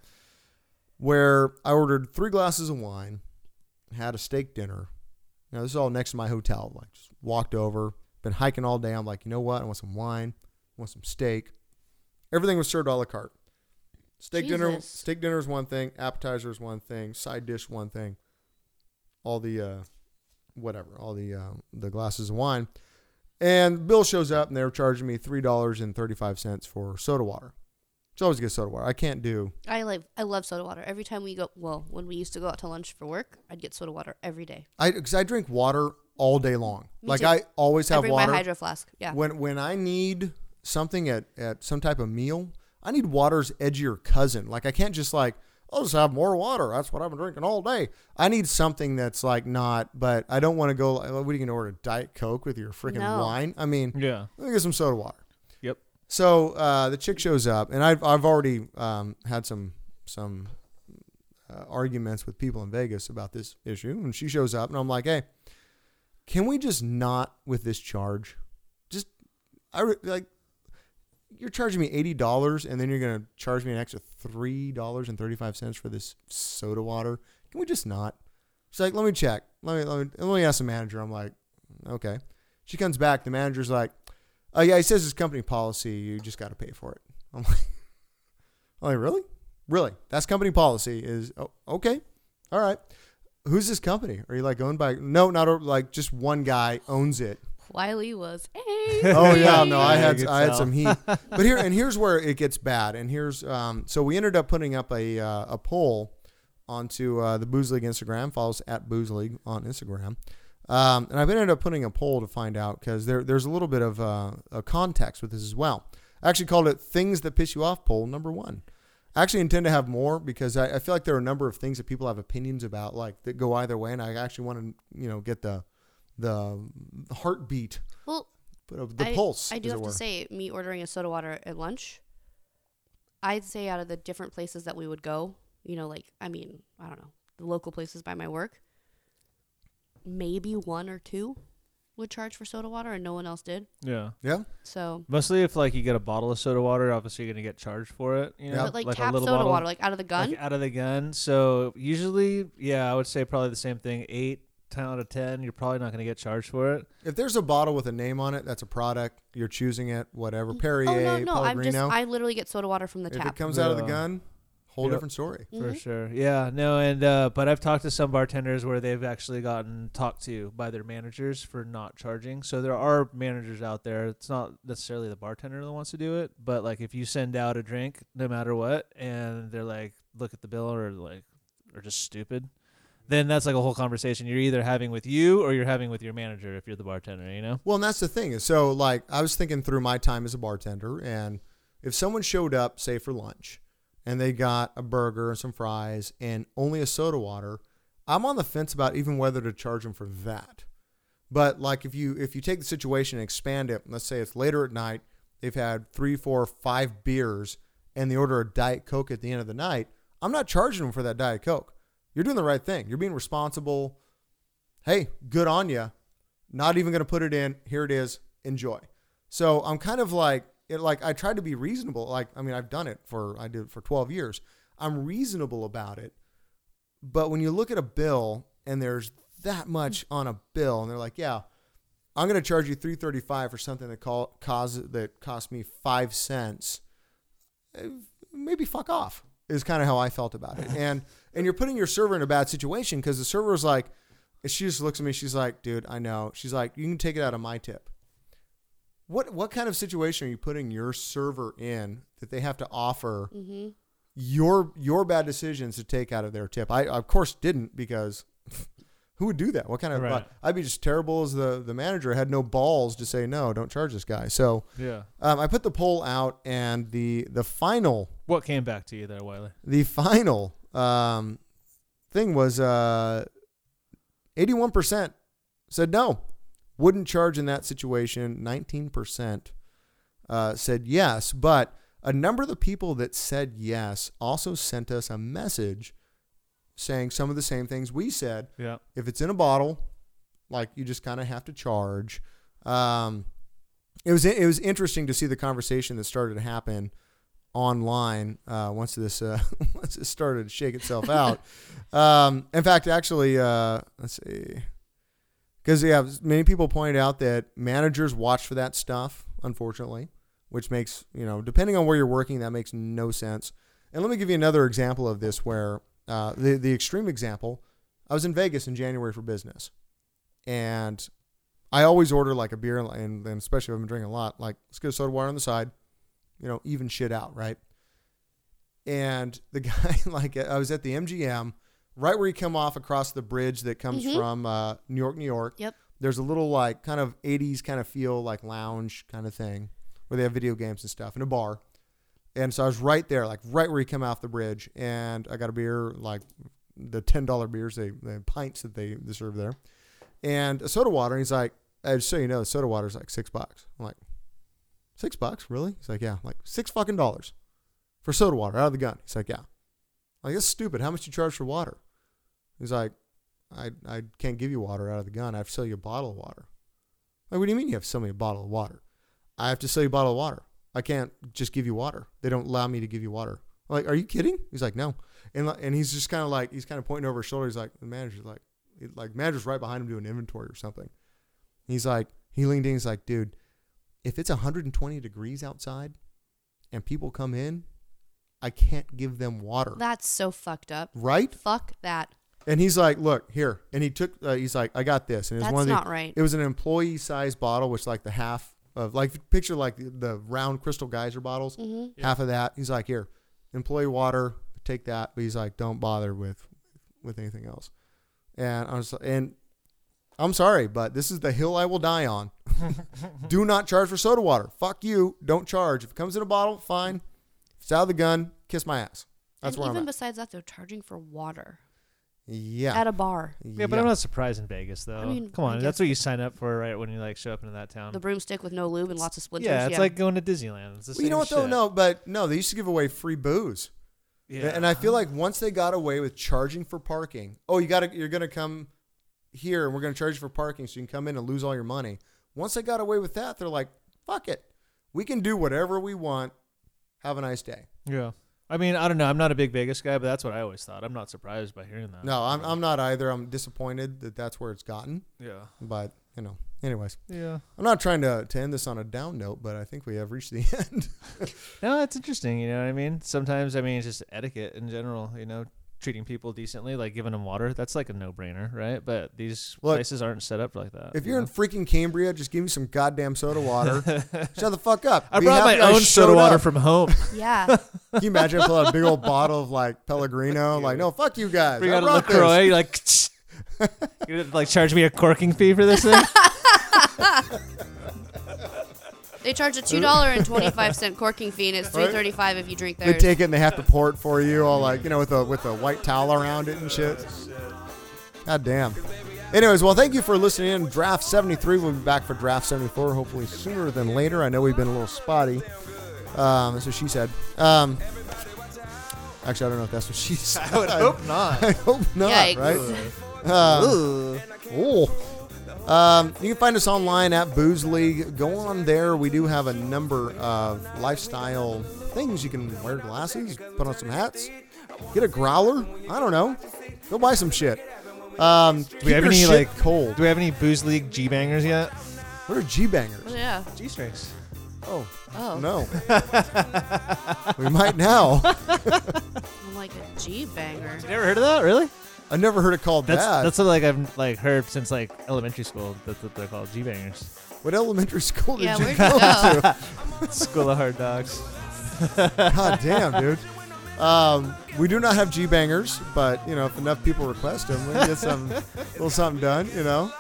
B: where I ordered three glasses of wine, had a steak dinner. Now this is all next to my hotel. Like just walked over, been hiking all day. I'm like, you know what? I want some wine, I want some steak. Everything was served a la carte. Steak dinner,
D: Jesus.
B: steak dinner is one thing. Appetizer is one thing. Side dish one thing. All the uh, whatever, all the uh, the glasses of wine. And bill shows up and they're charging me three dollars and thirty five cents for soda water. It's always good soda water. I can't do.
D: I like I love soda water. Every time we go, well, when we used to go out to lunch for work, I'd get soda water every day.
B: I because I drink water all day long.
D: Me
B: like
D: too.
B: I always
D: I
B: have
D: bring my
B: water.
D: hydro flask, yeah.
B: When when I need something at at some type of meal, I need water's edgier cousin. Like I can't just like I'll just have more water. That's what I've been drinking all day. I need something that's like not. But I don't want to go. Like, what are you gonna order? Diet Coke with your freaking
C: No.
B: wine? I mean,
C: Yeah.
B: Let me get some soda water.
C: Yep.
B: So uh, the chick shows up, and I've I've already um, had some some uh, arguments with people in Vegas about this issue, and she shows up, and I'm like, hey, can we just not with this charge? I re- like you're charging me eighty dollars, and then you're gonna charge me an extra three dollars and thirty five cents for this soda water. Can we just not? She's like, let me check. Let me let me let me ask the manager. I'm like, okay. She comes back. The manager's like, oh yeah, he says it's company policy. You just got to pay for it. I'm like, I'm like, really? Really? That's company policy. Is oh, okay. All right. Who's this company? Are you like owned by? No, not o- like just one guy owns it.
D: Wiley was
B: Oh yeah, no, I had I had some heat. But here and here's where it gets bad. And here's um, so we ended up putting up a uh, a poll onto uh, the Booze League Instagram. Follows at Booze League on Instagram. Um, and I've ended up putting a poll to find out because there there's a little bit of uh, a context with this as well. I actually called it "Things That Piss You Off" poll number one. I actually intend to have more because I, I feel like there are a number of things that people have opinions about, like that go either way, and I actually want to you know get the the heartbeat
D: Well,
B: but of the
D: I,
B: pulse.
D: I do
B: as it
D: have
B: were.
D: to say, me ordering a soda water at lunch, I'd say out of the different places that we would go, you know, like, I mean, I don't know, the local places by my work, maybe one or two would charge for soda water and no one else did.
C: Yeah.
B: Yeah.
D: So-
C: mostly if like you get a bottle of soda water, obviously you're gonna get charged for it. You know,
D: But, like,
C: a
D: tap
C: little
D: soda
C: bottle.
D: water, like, out of the gun?
C: Like, out of the gun. So usually, yeah, I would say probably the same thing. Eight out of ten, you're probably not gonna get charged for it.
B: If there's a bottle with a name on it, that's a product. You're choosing it, whatever. Perrier,
D: oh, no, no, I'm just,
B: Pellegrino.
D: I literally get soda water from the
B: if
D: tap.
B: it comes out of the
C: Yeah.
B: gun, whole
C: Yep.
B: different story.
C: For
D: Mhm.
C: sure. Yeah. No. And uh, but I've talked to some bartenders where they've actually gotten talked to by their managers for not charging. So there are managers out there. It's not necessarily the bartender that wants to do it, but like if you send out a drink, no matter what, and they're like, look at the bill, or like, or just stupid. Then that's like a whole conversation you're either having with you or you're having with your manager if you're the bartender, you know?
B: Well, and that's the thing. is So, like, I was thinking through my time as a bartender, and if someone showed up, say, for lunch, and they got a burger and some fries and only a soda water, I'm on the fence about even whether to charge them for that. But like, if you if you take the situation and expand it, let's say it's later at night, they've had three, four, five beers, and they order a diet coke at the end of the night. I'm not charging them for that diet coke. You're doing the right thing. You're being responsible hey, good on you. Not even going to put it in. Here it is. Enjoy. So I'm kind of like, it, like I tried to be reasonable. Like, I mean, I've done it for, I did it for 12 years. I'm reasonable about it. But when you look at a bill and there's that much on a bill and they're like, yeah, I'm going to charge you 335 for something that call, cause that cost me 5 cents. eh, Maybe fuck off is kind of how I felt about it. And and you're putting your server in a bad situation cuz the server is like she just looks at me she's like, "Dude, I know." She's like, "You can take it out of my tip." What what kind of situation are you putting your server in that they have to offer
D: Mhm.
B: your your bad decisions to take out of their tip. I of course didn't because who would do that? What kind of
C: Right.
B: I'd be just terrible as the the manager had no balls to say no, don't charge this guy. So
C: Yeah.
B: um, I put the poll out and the the final
C: What came back to you there, Wiley?
B: the final um, thing was uh, 81% said no, wouldn't charge in that situation. 19% uh, said yes. But a number of the people that said yes also sent us a message saying some of the same things we said.
C: Yeah.
B: If it's in a bottle, like you just kind of have to charge. Um, it was it was interesting to see the conversation that started to happen online uh, once this uh, once it started to shake itself out. um, in fact, actually, uh, let's see, because yeah, many people point out that managers watch for that stuff, unfortunately, which makes you know depending on where you're working, that makes no sense. And let me give you another example of this, where uh, the the extreme example. I was in Vegas in January for business, and I always order like a beer, and, and especially if I'm drinking a lot, like let's get a soda water on the side, you know, even shit out, right? And the guy, like, I was at the MGM, right where you come off across the bridge that comes
D: Mhm.
B: from uh, New York, New York.
D: Yep.
B: There's a little like kind of 80s kind of feel, like lounge kind of thing, where they have video games and stuff, and a bar. And so I was right there, like right where you come off the bridge, and I got a beer, like the ten dollar beers, they the pints that they, they serve there, and a soda water. And he's like, "Hey, "Just so you know, soda water is like six bucks." I'm like, six bucks, really? He's like, yeah, I'm like six fucking dollars for soda water out of the gun. He's like, yeah. I'm like that's stupid. How much you charge for water? He's like, I I can't give you water out of the gun. I have to sell you a bottle of water. Like, what do you mean you have to sell me a bottle of water? I have to sell you a bottle of water. I can't just give you water. They don't allow me to give you water. I'm like, are you kidding? He's like, no. And li- and he's just kind of like he's kind of pointing over his shoulder. He's like, the manager's like, he- like manager's right behind him doing inventory or something. He's like, he leaned in. He's like, dude, if it's 120 degrees outside and people come in, I can't give them water.
D: That's so fucked up.
B: Right?
D: Fuck that.
B: And he's like, "Look here," and he took. Uh, he's like, "I got this." And it was
D: That's
B: one of the,
D: not right.
B: It was an employee-sized bottle, which like the half of like picture like the, the round crystal geyser bottles,
D: Mhm. Yeah.
B: half of that. He's like, "Here, employee water, take that." But he's like, "Don't bother with with anything else." And I'm so, and I'm sorry, but this is the hill I will die on. Do not charge for soda water. Fuck you. Don't charge. If it comes in a bottle, fine. If it's out of the gun, kiss my ass. That's
D: and
B: where I'm
D: even
B: at.
D: besides that, they're charging for water.
B: yeah.
D: At a bar.
C: Yeah, but I'm not surprised in Vegas though.
D: mean,
C: Come
D: I
C: on,
D: guess-
C: that's what you sign up for, right? When you like show up into that
B: Um,
C: town.
D: The broomstick with no lube and lots of splinters.
C: yeah, it's like going to Disneyland. It's the
B: Well, you know
C: same
B: what though?
C: shit.
B: No, but no, they used to give away free booze.
C: Yeah.
B: And I feel like once they got away with charging for parking, oh, you got to you're gonna come here and we're gonna charge you for parking, so you can come in and lose all your money. Once they got away with that, they're like, fuck it, we can do whatever we want. Have a nice day.
C: Yeah. I mean, I don't know. I'm not a big Vegas guy, but that's what I always thought. I'm not surprised by hearing that.
B: No, I'm I'm not either. I'm disappointed that that's where it's gotten.
C: Yeah.
B: But you know, anyways.
C: Yeah.
B: I'm not trying to to end this on a down note, but I think we have reached the end.
C: No, it's interesting. You know what I mean? Sometimes, I mean, it's just etiquette in general, you know, treating people decently, like giving them water. That's like a no brainer, right? But these
B: Look,
C: places aren't set up like that.
B: If
C: you
B: you're in
C: know?
B: freaking Cambria, just give me some goddamn soda water. Shut the fuck up.
C: I
B: Be
C: brought my
B: happy I
C: own soda
B: showed
C: water
B: up.
C: from home.
D: Yeah.
B: Can you imagine if I had a big old bottle of like Pellegrino? Like, no, fuck you guys.
C: Bring
B: I
C: out a
B: brought this.
C: LaCroix, you're like, you gonna, like, charge me a corking fee for this thing?
D: They charge a two dollar and twenty five cent corking fee, and it's three thirty five if you drink
B: They
D: theirs.
B: take it and they have to pour it for you, all like you know, with a with a white towel around it and shit. God damn. Anyways, well, thank you for listening in. Draft 73. We'll be back for Draft 74, hopefully sooner than later. I know we've been a little spotty. Um, that's what she said. Um, actually, I don't know if that's what she said.
C: would hope not.
B: I hope not,
C: Yikes.
B: right? Um, oh. Um, you can find us online at Booze League. Go on there. We do have a number of lifestyle things. You can wear glasses, put on some hats, get a growler. I don't know. Go buy some shit. Um,
C: Do we have
B: keep
C: any,
B: your shit
C: like,
B: cold?
C: Do we have any Booze League G Bangers yet?
B: What are G bangers?
D: Oh, yeah.
C: G strings.
B: Oh.
D: Oh.
B: No. we might now.
D: I'm like a G banger.
C: You ever heard of that? Really?
B: I never heard it called
C: That's
B: that.
C: that's something like I've like heard since like elementary school. That's what they're called, G bangers.
B: what elementary school did
D: Yeah,
B: you
D: where'd
B: go
D: you go?
B: to?
C: School of Hard Dogs.
B: God damn, dude. Um, we do not have G bangers, but you know, if enough people request them, we can get some little something done. You know.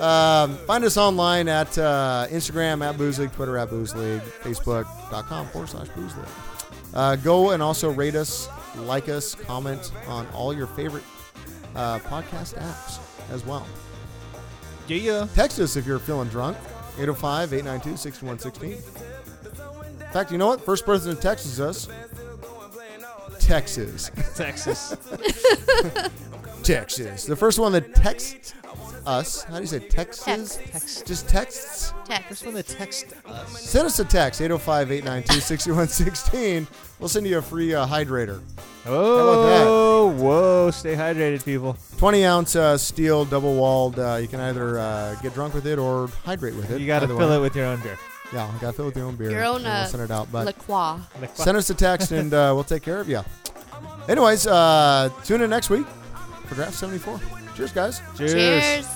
B: Um, find us online at uh, Instagram at Booze League, Twitter at Booze League, Facebook.com forward slash Booze League. Uh, go and also rate us, like us, comment on all your favorite uh, podcast apps as well.
C: Yeah, yeah.
B: Text us if you're feeling drunk. 805 892 6116. In fact, you know what? First person to text us. Texas.
C: Texas.
B: Texas. The first one that texts us. How do you say Texas?
C: Text.
B: Just texts.
D: Text.
C: This one that text us.
B: Send us a text, 805 892 6116. We'll send you a free uh, hydrator.
C: Oh, whoa! Stay hydrated, people.
B: 20 ounce uh, steel, double walled. Uh, you can either uh, get drunk with it or hydrate with it.
C: You got to
B: Either
C: fill
B: way.
C: it with your own beer.
B: Yeah, you got to fill it with your own beer.
D: Your own
B: and
D: uh,
B: we'll send it out. But
D: LaCroix.
B: send us a text and uh, we'll take care of you. Anyways, uh, tune in next week for Draft 74. Cheers, guys.
C: Cheers.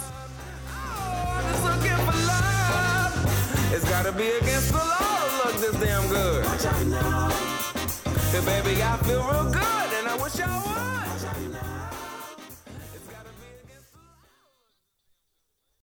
R: It's gotta be against the law to look this damn good. Hey, baby, I feel real good, and I wish I was.